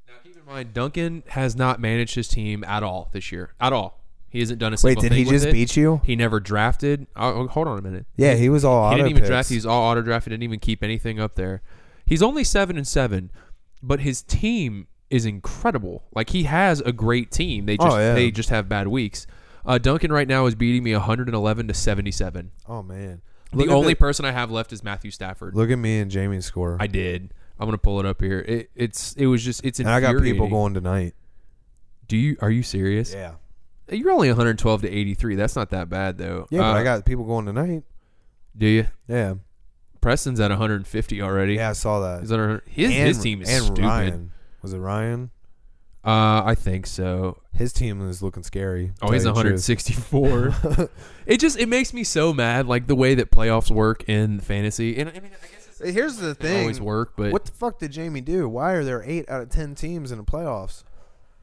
Speaker 1: Now keep in mind, Duncan has not managed his team at all this year. At all. He hasn't done a single
Speaker 5: did he
Speaker 1: thing with
Speaker 5: just
Speaker 1: it.
Speaker 5: beat you?
Speaker 1: He never drafted. Oh, oh, hold on a minute.
Speaker 5: Yeah, he was all
Speaker 1: He
Speaker 5: auto
Speaker 1: didn't even
Speaker 5: picks.
Speaker 1: draft. He's all auto drafted. Didn't even keep anything up there. He's only seven and seven, but his team is incredible. Like he has a great team. They just
Speaker 5: Oh, yeah.
Speaker 1: they just have bad weeks. Uh, Duncan right now is beating me 111 to 77.
Speaker 5: oh man.
Speaker 1: The
Speaker 5: Look at
Speaker 1: only person I have left is Matthew Stafford.
Speaker 5: Look at me and Jamie's score.
Speaker 1: I did. I'm gonna pull it up here. It, it's it was just it's
Speaker 5: and I got
Speaker 1: infuriating.
Speaker 5: people going tonight.
Speaker 1: Do you are you serious?
Speaker 5: Yeah.
Speaker 1: You're only 112 to 83. That's not that bad though.
Speaker 5: Yeah, but
Speaker 1: Uh,
Speaker 5: I got people going tonight.
Speaker 1: Do you?
Speaker 5: Yeah,
Speaker 1: Preston's at 150 already.
Speaker 5: yeah, I saw that.
Speaker 1: He's under, his
Speaker 5: And-
Speaker 1: his team is
Speaker 5: and
Speaker 1: stupid.
Speaker 5: Ryan. Was it Ryan?
Speaker 1: Uh, I think so.
Speaker 5: His team is looking scary.
Speaker 1: Oh,
Speaker 5: tell
Speaker 1: he's
Speaker 5: you the truth.
Speaker 1: 164. it just it makes me so mad, like the way that playoffs work in fantasy. And I mean, I guess it's
Speaker 5: Here's the
Speaker 1: they
Speaker 5: thing.
Speaker 1: always work, but
Speaker 5: What the fuck did Jamie do? Why are there eight out of ten teams in the playoffs?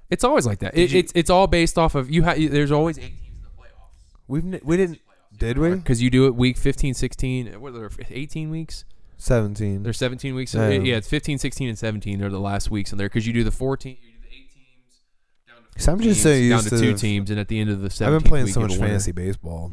Speaker 1: it's always like that. It,
Speaker 5: you-
Speaker 1: it's it's all based off of you. Ha- there's always eight teams in the playoffs.
Speaker 5: We've n- we didn't did we?
Speaker 1: because you do it week 15 16 what are there 18 weeks
Speaker 5: Seventeen.
Speaker 1: there's 17 weeks
Speaker 5: Yeah.
Speaker 1: yeah it's 15 16 and 17 they're the last weeks in there because you do the 14 you do the eight teams down to
Speaker 5: So I'm
Speaker 1: four
Speaker 5: just so
Speaker 1: teams, down
Speaker 5: used
Speaker 1: to
Speaker 5: to
Speaker 1: two
Speaker 5: the-
Speaker 1: teams and at the end of the 17th
Speaker 5: I've been playing
Speaker 1: week,
Speaker 5: so
Speaker 1: you get
Speaker 5: much
Speaker 1: a winner.
Speaker 5: fantasy baseball.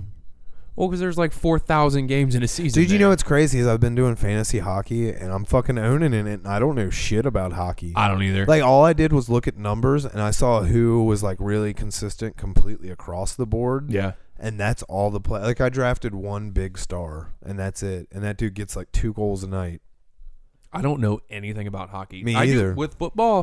Speaker 1: well because there's like 4,000 games in a season
Speaker 5: Dude, you
Speaker 1: there.
Speaker 5: know what's crazy is I've been doing fantasy hockey and I'm fucking owning in it and I don't know shit about hockey.
Speaker 1: I don't either
Speaker 5: Like all I did was look at numbers and I saw who was like really consistent completely across the board.
Speaker 1: yeah
Speaker 5: And that's all the play. Like I drafted one big star and that's it. And that dude gets like two goals a night.
Speaker 1: I don't know anything about hockey
Speaker 5: Me
Speaker 1: I do
Speaker 5: either.
Speaker 1: with football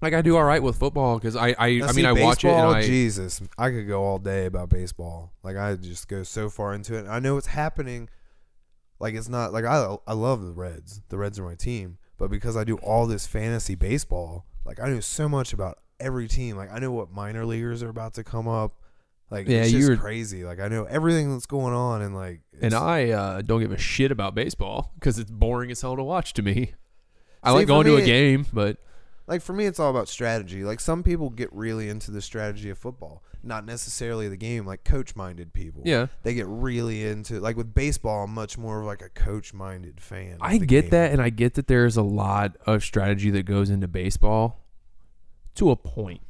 Speaker 1: like I do all right with football because I I,
Speaker 5: Now,
Speaker 1: I
Speaker 5: see,
Speaker 1: mean I watch it and
Speaker 5: baseball,
Speaker 1: I
Speaker 5: Jesus, I could go all day about baseball. Like I just go so far into it. I know what's happening. Like it's not like I I love the Reds. The Reds are my team, but because I do all this fantasy baseball, like I know so much about every team. Like I know what minor leaguers are about to come up. Like
Speaker 1: Yeah,
Speaker 5: it's just
Speaker 1: you're-
Speaker 5: crazy. Like I know everything that's going on, and like
Speaker 1: and
Speaker 5: it's-
Speaker 1: I uh, don't give a shit about baseball because it's boring as hell to watch to me. I
Speaker 5: See,
Speaker 1: like
Speaker 5: for
Speaker 1: going to
Speaker 5: me,
Speaker 1: a game, but
Speaker 5: like for me it's all about strategy like some people get really into the strategy of football not necessarily the game like coach minded people
Speaker 1: Yeah.
Speaker 5: they get really into like with baseball i'm much more of like a coach minded fan of
Speaker 1: I
Speaker 5: the
Speaker 1: get
Speaker 5: game.
Speaker 1: that, and I get that there's a lot of strategy that goes into baseball to a point.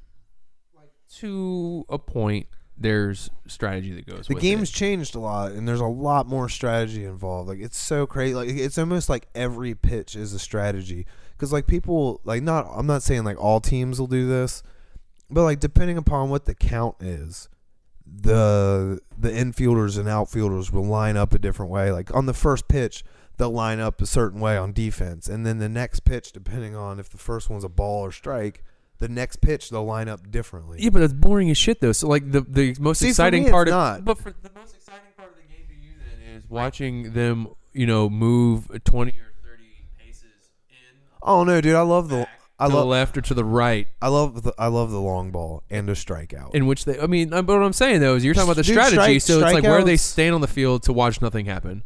Speaker 1: To a point, there's strategy that goes.
Speaker 5: the
Speaker 1: with
Speaker 5: game's
Speaker 1: it.
Speaker 5: changed a lot and there's a lot more strategy involved like it's so crazy like it's almost like every pitch is a strategy because like people like not i'm not saying like all teams will do this but like depending upon what the count is the the infielders and outfielders will line up a different way like on the first pitch they'll line up a certain way on defense and then the next pitch depending on if the first one's a ball or strike the next pitch they'll line up differently
Speaker 1: yeah, but it's boring as shit though. So like the the most
Speaker 5: See, for
Speaker 1: exciting
Speaker 5: me, it's
Speaker 1: part of
Speaker 5: not.
Speaker 1: but for the most exciting part of the game to you then is watching them, you know, move twenty or thirty paces in
Speaker 5: oh no dude i love the i
Speaker 1: to the
Speaker 5: love
Speaker 1: left or to the right.
Speaker 5: I love the I love the long ball and a strikeout.
Speaker 1: in which they. I mean, uh, but what I'm saying though is you're talking about the
Speaker 5: Dude,
Speaker 1: strategy,
Speaker 5: strike-
Speaker 1: so it's like where they
Speaker 5: strikeouts-
Speaker 1: stand on the field to watch nothing happen.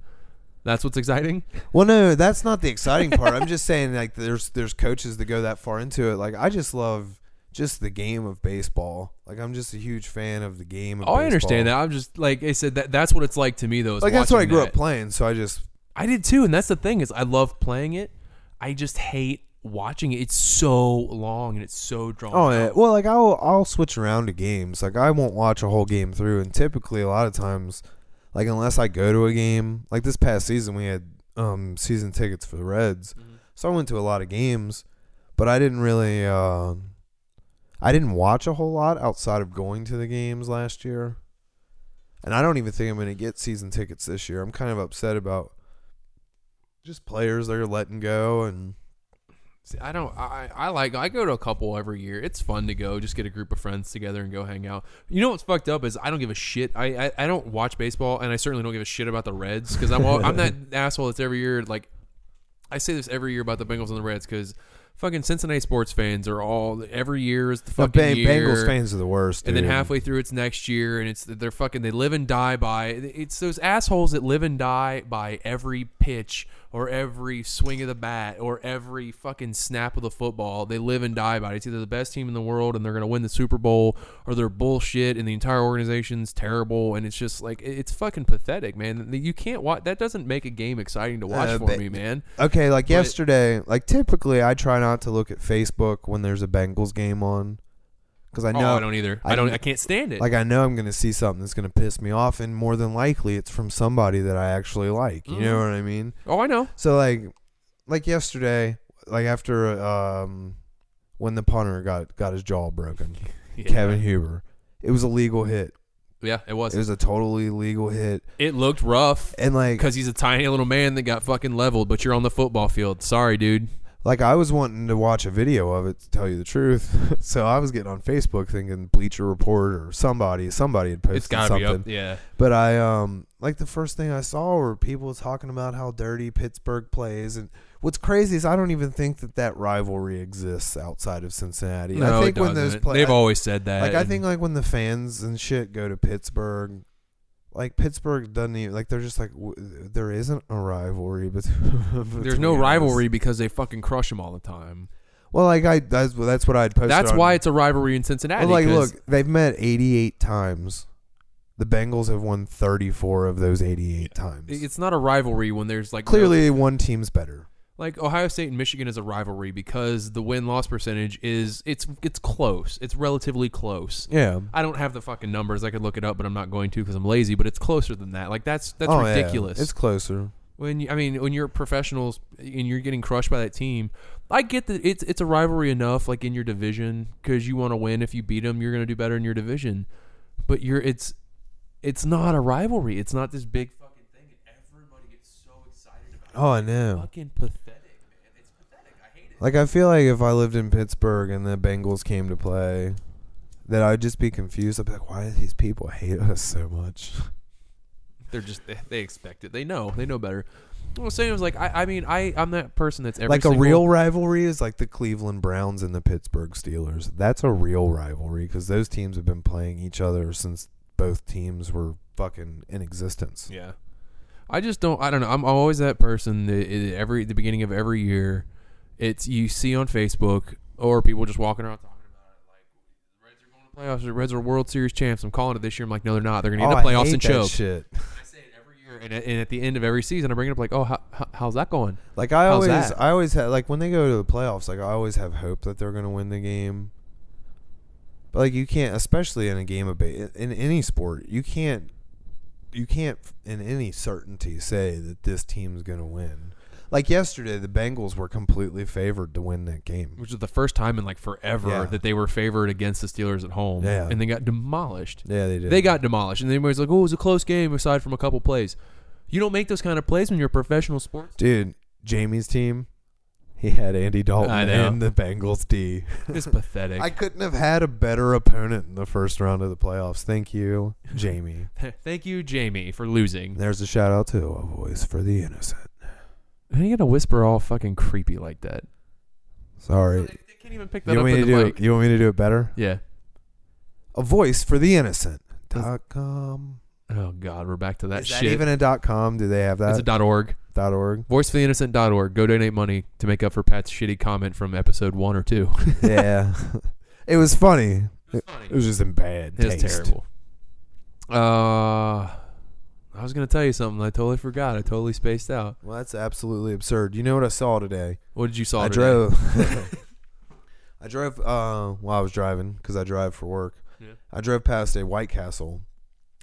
Speaker 1: That's what's exciting.
Speaker 5: well, no, that's not the exciting part. I'm just saying like there's there's coaches that go that far into it. Like I just love just the game of baseball. Like I'm just a huge fan of the game. Of
Speaker 1: Oh, I understand that.
Speaker 5: baseball.
Speaker 1: I'm just like I said that that's what it's like to me though. is
Speaker 5: Like that's what I
Speaker 1: watching
Speaker 5: grew up
Speaker 1: that.
Speaker 5: playing. So I just
Speaker 1: I did too, and that's the thing is I love playing it. I just hate watching it. It's so long and it's so drawn. out.
Speaker 5: oh yeah. well like I'll I'll switch around to games. Like I won't watch a whole game through. And typically a lot of times, like unless I go to a game, like this past season we had um season tickets for the Reds,
Speaker 1: Mm-hmm.
Speaker 5: so I went to a lot of games, but I didn't really. Uh, I didn't watch a whole lot outside of going to the games last year. And I don't even think I'm going to get season tickets this year. I'm kind of upset about just players they're letting go and
Speaker 1: See, I don't. I, I like. I go to a couple every year. It's fun to go. Just get a group of friends together and go hang out. You know what's fucked up is I don't give a shit. I I, I don't watch baseball, and I certainly don't give a shit about the Reds because I'm all, I'm that asshole that's every year. Like I say this every year about the Bengals and the Reds because fucking Cincinnati sports fans are all every year is the
Speaker 5: the
Speaker 1: fucking
Speaker 5: Bang-
Speaker 1: year.
Speaker 5: Bengals fans are the worst.
Speaker 1: And then
Speaker 5: dude.
Speaker 1: halfway through, it's next year, and it's they're fucking they live and die by it's those assholes that live and die by every pitch or every swing of the bat or every fucking snap of the football. They live and die by it. It's either the best team in the world and they're gonna win the Super Bowl, or they're bullshit and the entire organization's terrible. And it's just like it- it's fucking pathetic, man. You can't watch that. Doesn't make a game exciting to watch
Speaker 5: Uh,
Speaker 1: for
Speaker 5: but-
Speaker 1: me, man.
Speaker 5: Okay, like
Speaker 1: But-
Speaker 5: yesterday, like typically I try not to look at Facebook when there's a Bengals game on cuz I know
Speaker 1: oh, I don't either. I, don't. I can't stand it.
Speaker 5: Like I know I'm going to see something that's going to piss me off and more than likely it's from somebody that I actually like. You know what I mean?
Speaker 1: oh, I know.
Speaker 5: So like, like yesterday, like after um, when the punter got got his jaw broken, Kevin Huber, it was a legal hit.
Speaker 1: Yeah, it was.
Speaker 5: It
Speaker 1: It,
Speaker 5: was a totally legal hit,
Speaker 1: looked rough.
Speaker 5: and like,
Speaker 1: because he's a tiny little man that got fucking leveled, but you're on the football field. Sorry, dude.
Speaker 5: Like I was wanting to watch a video of it to tell you the truth, so I was getting on Facebook thinking Bleacher Report or somebody somebody had posted
Speaker 1: It's gotta
Speaker 5: something.
Speaker 1: be up. Yeah.
Speaker 5: But I um like the first thing I saw were people talking about how dirty Pittsburgh plays and what's crazy is I don't even think that that rivalry exists outside of Cincinnati.
Speaker 1: No,
Speaker 5: I
Speaker 1: it
Speaker 5: think when
Speaker 1: doesn't.
Speaker 5: those play
Speaker 1: they've
Speaker 5: I-
Speaker 1: always said that.
Speaker 5: like I
Speaker 1: and-
Speaker 5: think like when the fans and shit go to Pittsburgh like Pittsburgh doesn't even like they're just like w- there isn't a rivalry but
Speaker 1: there's no rivalry because they fucking crush them all the time.
Speaker 5: Well, like I that's that's what I'd post.
Speaker 1: That's why it's a rivalry in Cincinnati.
Speaker 5: Well, like,
Speaker 1: 'cause-
Speaker 5: look, they've met 88 times. The Bengals have won 34 of those 88 times.
Speaker 1: it's not a rivalry when there's like no-
Speaker 5: Clearly, one team's better.
Speaker 1: like Ohio State and Michigan is a rivalry because the win loss percentage is it's it's close. It's relatively close.
Speaker 5: Yeah.
Speaker 1: I don't have the fucking numbers. I could look it up, but I'm not going to because I'm lazy. But it's closer than that. Like that's that's
Speaker 5: Oh, yeah.
Speaker 1: ridiculous.
Speaker 5: It's closer.
Speaker 1: when you, I mean when you're professionals and you're getting crushed by that team, I get that it's it's a rivalry enough like in your division because you want to win. If you beat them, you're going to do better in your division. But you're it's it's not a rivalry. It's not this big fucking thing. And everybody gets so excited about.
Speaker 5: Oh, I know.
Speaker 1: Fucking pathetic, man. It's pathetic. I hate it.
Speaker 5: Like, I feel like if I lived in Pittsburgh and the Bengals came to play, that I'd just be confused. I'd be like, why do these people hate us so much?
Speaker 1: They're just they, they expect it. They know. They know better. Well, same as like I, I mean I I'm that person that's every
Speaker 5: like, a
Speaker 1: single-
Speaker 5: real rivalry is like the Cleveland Browns and the Pittsburgh Steelers. That's a real rivalry because those teams have been playing each other since both teams were fucking in existence.
Speaker 1: Yeah. I just don't. I don't know. I'm always that person that i- every the beginning of every year, it's you see on Facebook or people just walking around talking about it. Like the Reds are going to playoffs. The Reds are World Series champs. I'm calling it this year. I'm like, no, they're not. They're going to
Speaker 5: Oh,
Speaker 1: get
Speaker 5: I
Speaker 1: in the playoffs
Speaker 5: hate
Speaker 1: and
Speaker 5: that
Speaker 1: choke.
Speaker 5: shit.
Speaker 1: I say it every year, and, and at the end of every season, I bring it up like, oh, how, how, how's that going?
Speaker 5: Like I
Speaker 1: How's
Speaker 5: always,
Speaker 1: that?
Speaker 5: I always had like when they go to the playoffs, like I always have hope that they're gonna win the game. But like you can't, especially in a game of ba- in any sport, you can't, you can't in any certainty say that this team's gonna win. Like yesterday, the Bengals were completely favored to win that game.
Speaker 1: Which is the first time in like forever
Speaker 5: Yeah.
Speaker 1: that they were favored against the Steelers at home,
Speaker 5: Yeah.
Speaker 1: and they got demolished.
Speaker 5: Yeah, they did.
Speaker 1: They got demolished, and everybody's like, "Oh, it was a close game, aside from a couple plays." You don't make those kind of plays when you're a professional sports.
Speaker 5: dude. Jamie's team, he had Andy Dalton
Speaker 1: I know.
Speaker 5: and the Bengals D.
Speaker 1: It's pathetic.
Speaker 5: I couldn't have had a better opponent in the first round of the playoffs. Thank you, Jamie.
Speaker 1: Thank you, Jamie, for losing.
Speaker 5: There's a shout out to a voice for the innocent.
Speaker 1: How are you gonna whisper all fucking creepy like that?
Speaker 5: Sorry.
Speaker 1: They can't even pick that
Speaker 5: You
Speaker 1: up
Speaker 5: want me
Speaker 1: with
Speaker 5: to
Speaker 1: the
Speaker 5: do
Speaker 1: mic.
Speaker 5: it? You want me to do it better?
Speaker 1: yeah.
Speaker 5: A voice for the innocent. Dot com.
Speaker 1: Oh God, we're back to that
Speaker 5: Is
Speaker 1: shit.
Speaker 5: that even a dot com? Do they have that?
Speaker 1: it's a dot org.
Speaker 5: dot org.
Speaker 1: Voicefortheinnocent.org. Go donate money to make up for Pat's shitty comment from episode one or two.
Speaker 5: yeah. it was funny.
Speaker 1: was
Speaker 5: It was,
Speaker 1: funny.
Speaker 5: just in bad
Speaker 1: It's
Speaker 5: taste.
Speaker 1: terrible. Uh, I was gonna tell you something. I totally forgot. I totally spaced out.
Speaker 5: Well, that's absolutely absurd. You know what I saw today?
Speaker 1: What did you saw?
Speaker 5: I
Speaker 1: today?
Speaker 5: drove. I drove. Uh, well, I was driving because I drive for work.
Speaker 1: Yeah.
Speaker 5: I drove past a White Castle,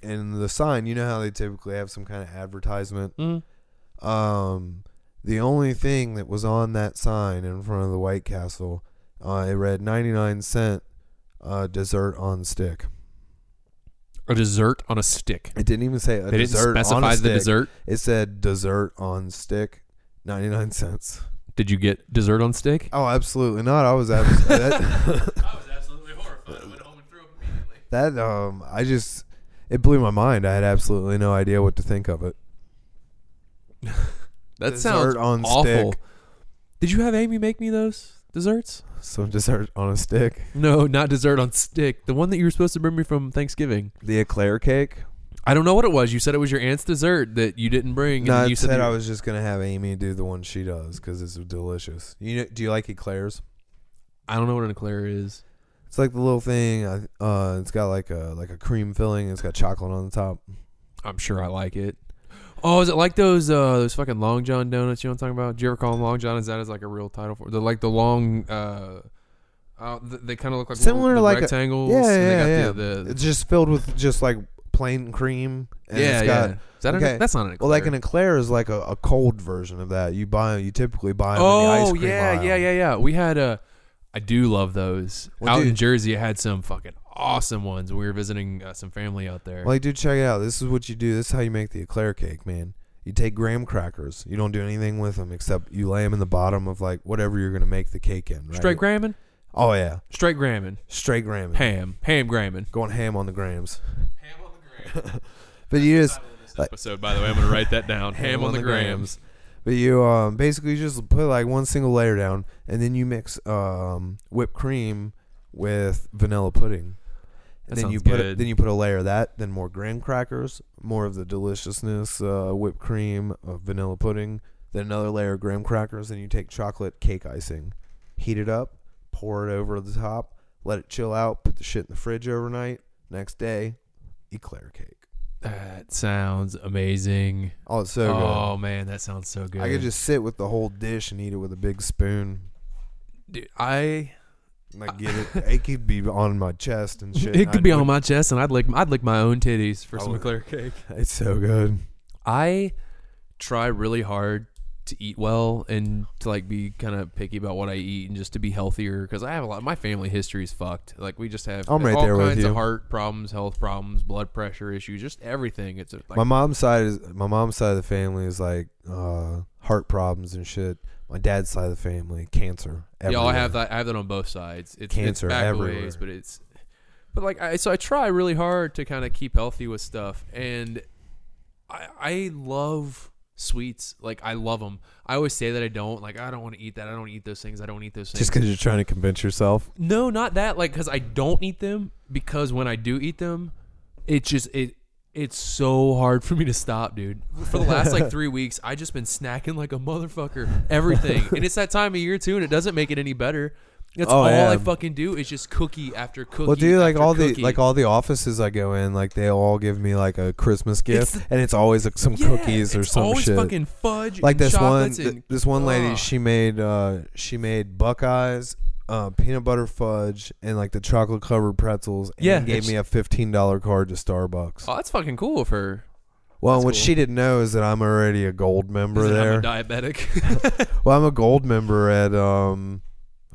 Speaker 5: and the sign. You know how they typically have some kind of advertisement.
Speaker 1: Mm.
Speaker 5: Um, the only thing that was on that sign in front of the White Castle, uh, it read ninety nine cent uh, dessert on stick.
Speaker 1: A dessert on a stick.
Speaker 5: It didn't even say a
Speaker 1: they didn't
Speaker 5: dessert on
Speaker 1: specify the
Speaker 5: a stick.
Speaker 1: dessert.
Speaker 5: It said dessert on stick, ninety nine cents.
Speaker 1: Did you get dessert on stick?
Speaker 5: Oh, absolutely not. I was abs- that,
Speaker 1: I was absolutely horrified. I went home and threw up immediately.
Speaker 5: that um, I just it blew my mind. I had absolutely no idea what to think of it.
Speaker 1: That
Speaker 5: Dessert
Speaker 1: sounds
Speaker 5: on
Speaker 1: awful.
Speaker 5: stick.
Speaker 1: Did you have Amy make me those desserts?
Speaker 5: Some dessert on a stick,
Speaker 1: No, not dessert on stick. The one that you were supposed to bring me from Thanksgiving.
Speaker 5: the eclair cake.
Speaker 1: I don't know what it was. You said it was your aunt's dessert that you didn't bring.
Speaker 5: No,
Speaker 1: and
Speaker 5: I
Speaker 1: you
Speaker 5: said,
Speaker 1: that you-
Speaker 5: I was just gonna have Amy do the one she does because it's delicious. You know, do you like eclairs?
Speaker 1: I don't know what an eclair is.
Speaker 5: It's like the little thing. I- Uh, it's got like a like a cream filling. It's got chocolate on the top.
Speaker 1: I'm sure I like it. Oh, is it like those uh, those fucking Long John donuts? You know what I'm talking about? Do you ever call them Long John? Is that as like a real title for? They're like the long. Uh, uh, th- they kind of look like little-
Speaker 5: Similar to
Speaker 1: the
Speaker 5: like a-
Speaker 1: rectangles.
Speaker 5: yeah,
Speaker 1: and they
Speaker 5: yeah, yeah.
Speaker 1: got The, the,
Speaker 5: It's just filled with just like plain cream. And
Speaker 1: yeah,
Speaker 5: it's got,
Speaker 1: yeah. Is that an,
Speaker 5: okay.
Speaker 1: that's not an eclair.
Speaker 5: Well, like an eclair is like a, a cold version of that. You buy, you typically buy them in the ice
Speaker 1: Oh
Speaker 5: cream
Speaker 1: yeah,
Speaker 5: aisle.
Speaker 1: yeah, yeah, yeah. We had uh, I do love those.
Speaker 5: Well,
Speaker 1: out in
Speaker 5: dude-
Speaker 1: Jersey, I had some fucking awesome ones. We were visiting uh, some family out there.
Speaker 5: Like, dude, check it out. This is what you do. This is how you make the eclair cake, man. You take graham crackers. You don't do anything with them except you lay them in the bottom of like whatever you're gonna make the cake in. Right?
Speaker 1: Straight gramming?
Speaker 5: Oh yeah,
Speaker 1: Straight gramming.
Speaker 5: straight gramming.
Speaker 1: Ham. Ham gramming.
Speaker 5: Going ham on the grams.
Speaker 1: Ham on the grams.
Speaker 5: But you just like,
Speaker 1: Episode, by the way, I'm going to write that down. Ham, on, the grams.
Speaker 5: But you um, basically just put like one single layer down, and then you mix um, whipped cream with vanilla pudding.
Speaker 1: That
Speaker 5: And then you
Speaker 1: sounds
Speaker 5: put a,
Speaker 1: good.
Speaker 5: then you put a layer of that, then more graham crackers, more of the deliciousness, uh, whipped cream, uh, vanilla pudding, then another layer of graham crackers. Then you take chocolate cake icing, heat it up, pour it over the top, let it chill out, put the shit in the fridge overnight. Next day, eclair cake.
Speaker 1: That sounds amazing.
Speaker 5: Oh, it's so good.
Speaker 1: oh, man, that sounds so good.
Speaker 5: I could just sit with the whole dish and eat it with a big spoon.
Speaker 1: Dude, I
Speaker 5: Like get it. it could be on my chest and shit.
Speaker 1: it could be on my chest, and I'd lick I'd lick my own titties for some
Speaker 5: would.
Speaker 1: eclair cake.
Speaker 5: It's so good.
Speaker 1: I try really hard to eat well and to like be kind of picky about what I eat and just to be healthier because I have a lot. My family history is fucked. Like we just have
Speaker 5: I'm right
Speaker 1: all
Speaker 5: there with
Speaker 1: kinds of
Speaker 5: you.
Speaker 1: heart problems, health problems, blood pressure issues, just everything. It's a, like
Speaker 5: my mom's side is my mom's side of the family is like uh, heart problems and shit. My dad's side of the family cancer.
Speaker 1: Yeah, I have
Speaker 5: everywhere.
Speaker 1: that. I have that on both sides. It's
Speaker 5: Cancer
Speaker 1: it's back a
Speaker 5: everywhere.
Speaker 1: ways, but it's but like I so I try really hard to kind of keep healthy with stuff, and I I love sweets. Like I love them. I always say that I don't. Like I don't want to eat that. I don't eat those things. I don't eat those things.
Speaker 5: Just because you're trying to convince yourself.
Speaker 1: No, not that. Like, because I don't eat them. Because when I do eat them, it just it it's so hard for me to stop, dude. For the last like three weeks, I just been snacking like a motherfucker. Everything, and it's that time of year too, and it doesn't make it any better. That's
Speaker 5: Oh,
Speaker 1: all
Speaker 5: yeah.
Speaker 1: I fucking do is just cookie after cookie.
Speaker 5: Well, dude, like
Speaker 1: after
Speaker 5: all the
Speaker 1: cookie.
Speaker 5: like all the offices I go in, like they all give me like a Christmas gift,
Speaker 1: the-
Speaker 5: and it's always like some
Speaker 1: Yeah,
Speaker 5: cookies or
Speaker 1: it's
Speaker 5: some
Speaker 1: always
Speaker 5: shit.
Speaker 1: fucking fudge.
Speaker 5: like
Speaker 1: and
Speaker 5: this one
Speaker 1: chocolates
Speaker 5: th-
Speaker 1: and-
Speaker 5: this one lady
Speaker 1: Ugh.
Speaker 5: she made uh she made buckeyes uh, peanut butter fudge and like the chocolate covered pretzels and
Speaker 1: Yeah, it's-
Speaker 5: gave me a $15 card to starbucks
Speaker 1: Oh, that's fucking cool of her.
Speaker 5: well what
Speaker 1: cool.
Speaker 5: she didn't know is that i'm already a gold member
Speaker 1: Is it
Speaker 5: there
Speaker 1: I'm a diabetic.
Speaker 5: well i'm a gold member at um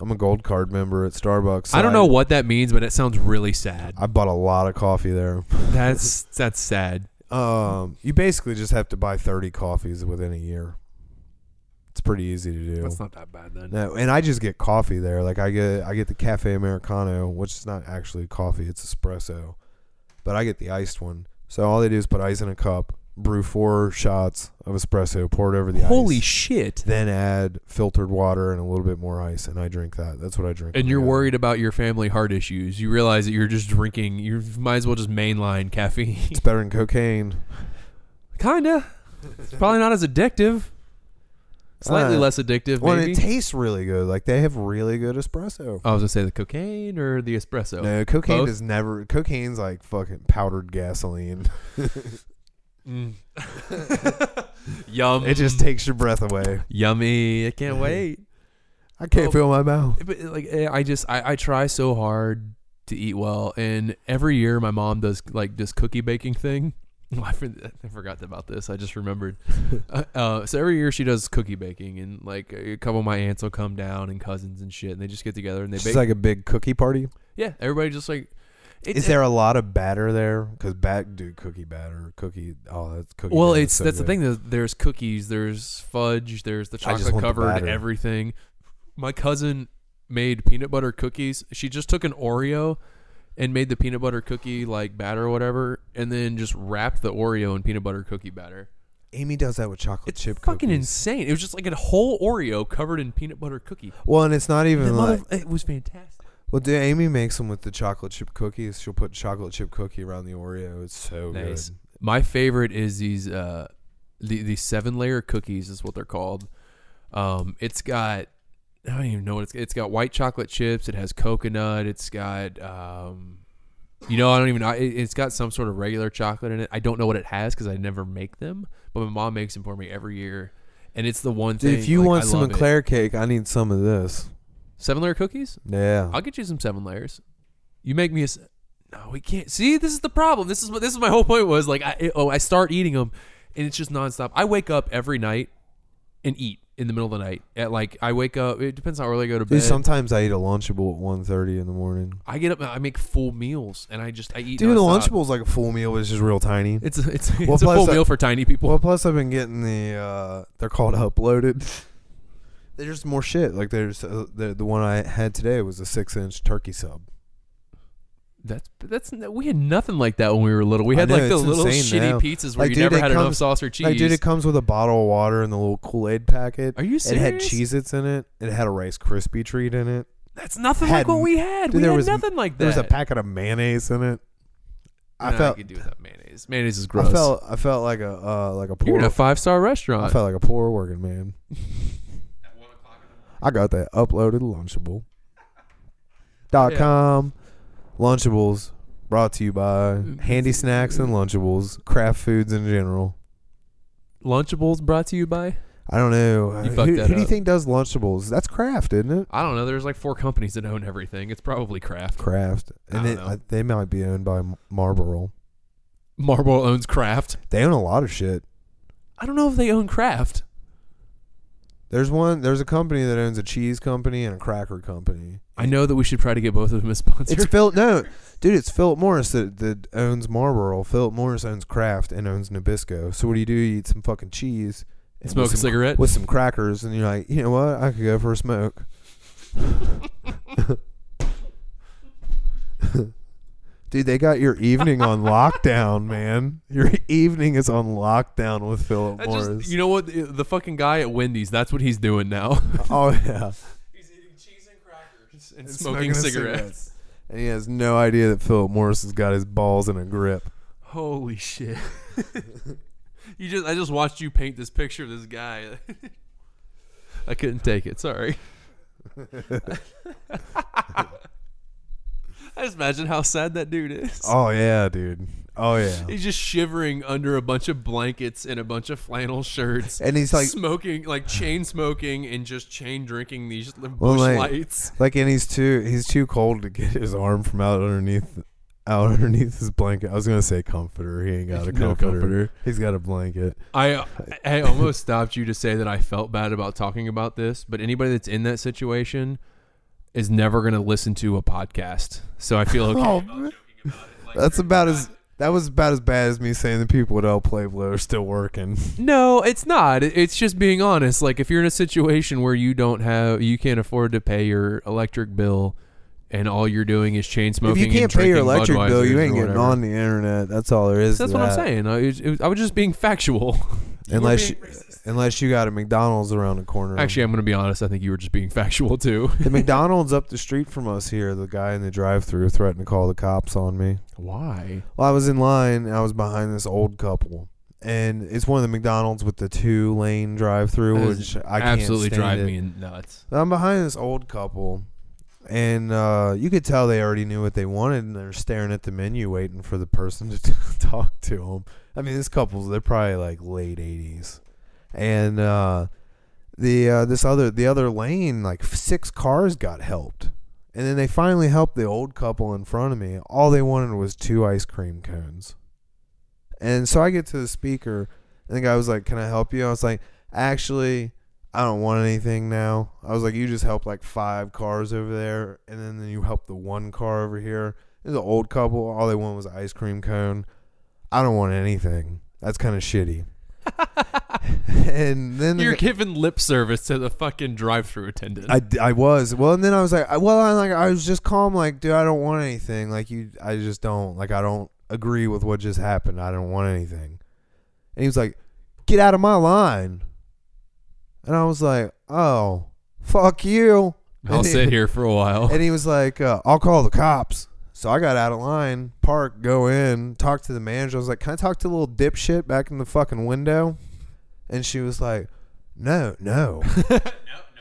Speaker 5: i'm a gold card member at starbucks so
Speaker 1: I don't know what that means, but it sounds really sad.
Speaker 5: i bought a lot of coffee there
Speaker 1: That's that's sad.
Speaker 5: um you basically just have to buy 30 coffees within a year it's pretty easy to do
Speaker 1: That's not that bad then.
Speaker 5: No, and I just get coffee there. Like I get I get the cafe americano, which is not actually coffee; it's espresso. But I get the iced one. So all they do is put ice in a cup, brew four shots of espresso, pour it over the
Speaker 1: Holy
Speaker 5: ice,
Speaker 1: shit.
Speaker 5: then add filtered water and a little bit more ice, and I drink that. That's what I drink.
Speaker 1: and
Speaker 5: when I
Speaker 1: you're
Speaker 5: go.
Speaker 1: worried about your family heart issues. You realize that you're just drinking. You might as well just mainline caffeine.
Speaker 5: It's better than cocaine.
Speaker 1: Kinda. It's probably not as addictive. Slightly
Speaker 5: Uh,
Speaker 1: less addictive,
Speaker 5: Well, and
Speaker 1: maybe.
Speaker 5: it tastes really good. Like they have really good espresso.
Speaker 1: I was gonna say the cocaine or the espresso.
Speaker 5: No, cocaine
Speaker 1: Oh, both?
Speaker 5: is never. Cocaine's like fucking powdered gasoline.
Speaker 1: Yum. Mm.
Speaker 5: It just takes your breath away.
Speaker 1: yummy. I can't wait.
Speaker 5: I can't
Speaker 1: Well,
Speaker 5: feel my mouth.
Speaker 1: but like eh, I just I, I try so hard to eat well, and every year my mom does like this cookie baking thing. I for- I forgot about this. I just remembered. uh, uh, so every year she does cookie baking, and like a couple of my aunts will come down and cousins and shit, and they just get together and they
Speaker 5: It's
Speaker 1: bake.
Speaker 5: like a big cookie party.
Speaker 1: yeah, everybody just like. It,
Speaker 5: Is there a lot of batter there? Because bat dude, cookie batter, cookie. Oh, that's cookie.
Speaker 1: Well,
Speaker 5: batter is
Speaker 1: it's
Speaker 5: so
Speaker 1: that's the
Speaker 5: good.
Speaker 1: thing. Though. There's cookies, there's fudge, there's the
Speaker 5: I just
Speaker 1: chocolate
Speaker 5: want the
Speaker 1: covered
Speaker 5: batter.
Speaker 1: everything. My cousin made peanut butter cookies. She just took an Oreo and made the peanut butter cookie like batter or whatever, and then just wrapped the Oreo in peanut butter cookie batter.
Speaker 5: Amy does that with chocolate
Speaker 1: It's
Speaker 5: chip
Speaker 1: fucking
Speaker 5: cookies.
Speaker 1: insane. It was just like a whole Oreo covered in peanut butter cookie.
Speaker 5: well, and it's not
Speaker 1: The
Speaker 5: even
Speaker 1: mother-
Speaker 5: like.
Speaker 1: it was fantastic.
Speaker 5: Well, dude, Amy makes them with the chocolate chip cookies. She'll put chocolate chip cookie around the Oreo. It's so
Speaker 1: Nice.
Speaker 5: good.
Speaker 1: My favorite is these uh the these seven layer cookies is what they're called. Um it's got I don't even know what it's it's got white chocolate chips, it has coconut, it's got um you know, I don't even know. It, it's got some sort of regular chocolate in it. I don't know what it has because I never make them, but my mom makes them for me every year. And it's the one
Speaker 5: Dude,
Speaker 1: thing.
Speaker 5: if you
Speaker 1: like,
Speaker 5: want
Speaker 1: I
Speaker 5: some
Speaker 1: love it.
Speaker 5: Eclair cake, I need some of this.
Speaker 1: seven layer cookies,
Speaker 5: Yeah.
Speaker 1: I'll get you some seven layers. You make me a. s- No, we can't. See, this is the problem. This is what this is my whole point was like. I, oh, I start eating them, and it's just nonstop. I wake up every night and eat in the middle of the night. At like I wake up. It depends how early I go to
Speaker 5: Dude,
Speaker 1: bed.
Speaker 5: sometimes I eat a Lunchable at 1.30 in the morning.
Speaker 1: I get up. and I make full meals, and I just I eat.
Speaker 5: Dude, the
Speaker 1: nonstop.
Speaker 5: Lunchable is like a full meal, but it's just real tiny.
Speaker 1: It's a, it's,
Speaker 5: Well,
Speaker 1: it's a full
Speaker 5: plus I-
Speaker 1: meal for tiny people.
Speaker 5: Well, plus I've been getting the uh, they're called uploaded. They're just more shit. Like there's uh, the the one I had today was a six inch turkey sub.
Speaker 1: That's that's we had nothing like that when we were little. We
Speaker 5: I
Speaker 1: had
Speaker 5: know,
Speaker 1: like the
Speaker 5: it's
Speaker 1: little
Speaker 5: insane
Speaker 1: shitty
Speaker 5: now.
Speaker 1: pizzas where
Speaker 5: Like,
Speaker 1: you
Speaker 5: dude,
Speaker 1: never
Speaker 5: it
Speaker 1: had enough
Speaker 5: comes-
Speaker 1: sauce or cheese.
Speaker 5: Like, dude, it comes with a bottle of water and the little Kool Aid packet.
Speaker 1: Are you
Speaker 5: It had
Speaker 1: serious?
Speaker 5: Cheez Its in it. It had a Rice Krispie treat in it.
Speaker 1: that's nothing
Speaker 5: had-
Speaker 1: like what we had.
Speaker 5: Dude,
Speaker 1: we
Speaker 5: there
Speaker 1: had
Speaker 5: was
Speaker 1: nothing like that.
Speaker 5: There was a packet of mayonnaise in it. I
Speaker 1: Nah,
Speaker 5: felt
Speaker 1: you could do without mayonnaise. Mayonnaise is gross.
Speaker 5: I felt I felt like a uh, like a
Speaker 1: You're
Speaker 5: poor
Speaker 1: in a five star
Speaker 5: I
Speaker 1: restaurant.
Speaker 5: felt like a poor working man. I got that uploaded Lunchable. dot
Speaker 1: Yeah.
Speaker 5: com. Lunchables brought to you by
Speaker 1: Mm-hmm.
Speaker 5: Handy Snacks and Lunchables, craft foods in general.
Speaker 1: Lunchables brought to you by
Speaker 5: I don't know.
Speaker 1: You
Speaker 5: who
Speaker 1: fucked
Speaker 5: who
Speaker 1: that
Speaker 5: do you
Speaker 1: up.
Speaker 5: think does Lunchables? That's Kraft, isn't it?
Speaker 1: I don't know. There's like four companies that own everything. It's probably Kraft.
Speaker 5: Kraft,
Speaker 1: I
Speaker 5: and
Speaker 1: don't
Speaker 5: it,
Speaker 1: know.
Speaker 5: I, they might be owned by M- Marlboro.
Speaker 1: Marlboro owns Kraft.
Speaker 5: They own a lot of shit.
Speaker 1: I don't know if they own Kraft.
Speaker 5: There's one. There's a company that owns a cheese company and a cracker company.
Speaker 1: I know that we should try to get both of them as sponsors.
Speaker 5: It's Phil. No, dude, it's Philip Morris that, that owns Marlboro. Philip Morris owns Kraft and owns Nabisco. So what do you do? You eat some fucking cheese. and
Speaker 1: Smoke
Speaker 5: with
Speaker 1: a
Speaker 5: some-
Speaker 1: cigarette.
Speaker 5: with some crackers, and you're like, you know what? I could go for a smoke. Dude, they got your evening on lockdown, man. Your evening is on lockdown with Philip
Speaker 1: I
Speaker 5: Morris.
Speaker 1: just, you know what? The- The fucking guy at Wendy's. That's what he's doing now.
Speaker 5: oh yeah,
Speaker 1: He's eating cheese and crackers and, smoking,
Speaker 5: a
Speaker 1: cigarettes.
Speaker 5: cigarette. and he has no idea that Philip Morris has got his balls in a grip.
Speaker 1: Holy shit! you just I just watched you paint this picture of this guy. I couldn't take it. Sorry. I just imagine how sad that dude is.
Speaker 5: Oh yeah, dude. Oh yeah.
Speaker 1: He's just shivering under a bunch of blankets and a bunch of flannel shirts,
Speaker 5: And he's like,
Speaker 1: smoking, like chain smoking, and just chain drinking these bush
Speaker 5: Well, like-
Speaker 1: lights.
Speaker 5: like, and he's too, he's too cold to get his arm from out underneath, out underneath his blanket. I was gonna say comforter. He ain't got a
Speaker 1: No
Speaker 5: comforter.
Speaker 1: comforter.
Speaker 5: He's got a blanket.
Speaker 1: I I almost stopped you to say that I felt bad about talking about this, but anybody that's in that situation is never going to listen to a podcast. So I feel okay.
Speaker 5: Oh, man. that's about as. That was about as bad as me saying the people at El Pueblo are still working.
Speaker 1: No, it's not. It- It's just being honest. Like if you're in a situation where you don't have you can't afford to pay your electric bill and all you're doing is chain
Speaker 5: if
Speaker 1: smoking
Speaker 5: you
Speaker 1: and
Speaker 5: can't pay your
Speaker 1: drinking
Speaker 5: electric bill,
Speaker 1: Budweisers
Speaker 5: you
Speaker 1: or
Speaker 5: ain't getting
Speaker 1: whatever.
Speaker 5: on the internet. That's all there is.
Speaker 1: That's
Speaker 5: to
Speaker 1: what I'm
Speaker 5: that.
Speaker 1: saying. I, it, it- I was just being factual.
Speaker 5: Unless, you,
Speaker 1: being
Speaker 5: unless you got a McDonald's around the corner.
Speaker 1: Actually, I'm going to be honest. I think you were just being factual too.
Speaker 5: the McDonald's up the street from us here. The guy in the drive-through threatened to call the cops on me.
Speaker 1: Why?
Speaker 5: Well, I was in line. And I was behind this old couple, and it's one of the McDonald's with the two-lane drive-through,
Speaker 1: That
Speaker 5: which
Speaker 1: is
Speaker 5: I can't
Speaker 1: absolutely
Speaker 5: stand
Speaker 1: drive
Speaker 5: it.
Speaker 1: me nuts.
Speaker 5: But I'm behind this old couple, and uh, you could tell they already knew what they wanted, and they're staring at the menu, waiting for the person to talk to them. I mean, this couple's—they're probably like late 80s, and uh, the uh, this other the other lane, like six cars got helped, and then they finally helped the old couple in front of me. All they wanted was two ice cream cones, and so I get to the speaker, and the guy was like, "Can I help you?" I was like, "Actually." I don't want anything now. I was like, you just helped like five cars over there, and then, then you helped the one car over here. It was an old couple. All they wanted was an ice cream cone. I don't want anything. That's kind of shitty. and then the
Speaker 1: You're
Speaker 5: guy-
Speaker 1: giving lip service to the fucking drive-through attendant.
Speaker 5: I, d- I was well, and then I was like, I, well, I like I was just calm, like, dude, I don't want anything. Like you, I just don't like I don't agree with what just happened. I don't want anything. And he was like, get out of my line. And I was like, oh, fuck you.
Speaker 1: I'll
Speaker 5: And he-
Speaker 1: sit here for a while.
Speaker 5: And he was like, uh, I'll call the cops. So I got out of line, park, go in, talk to the manager. I was like, Can I talk to the little dipshit back in the fucking window? And she was like, No, no.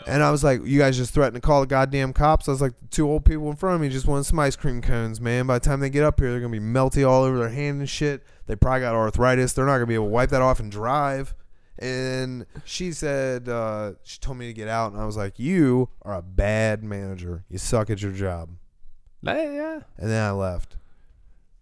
Speaker 5: And I was like, You guys just threatened to call the goddamn cops. I was like, The two old people in front of me just wanted some ice cream cones, man. By the time they get up here, they're going to be melty all over their hand and shit. They probably got arthritis. They're not going to be able to wipe that off and drive. And she said, uh, She told me to get out. And I was like, You are a bad manager. You suck at your job.
Speaker 1: Yeah.
Speaker 5: And then I left.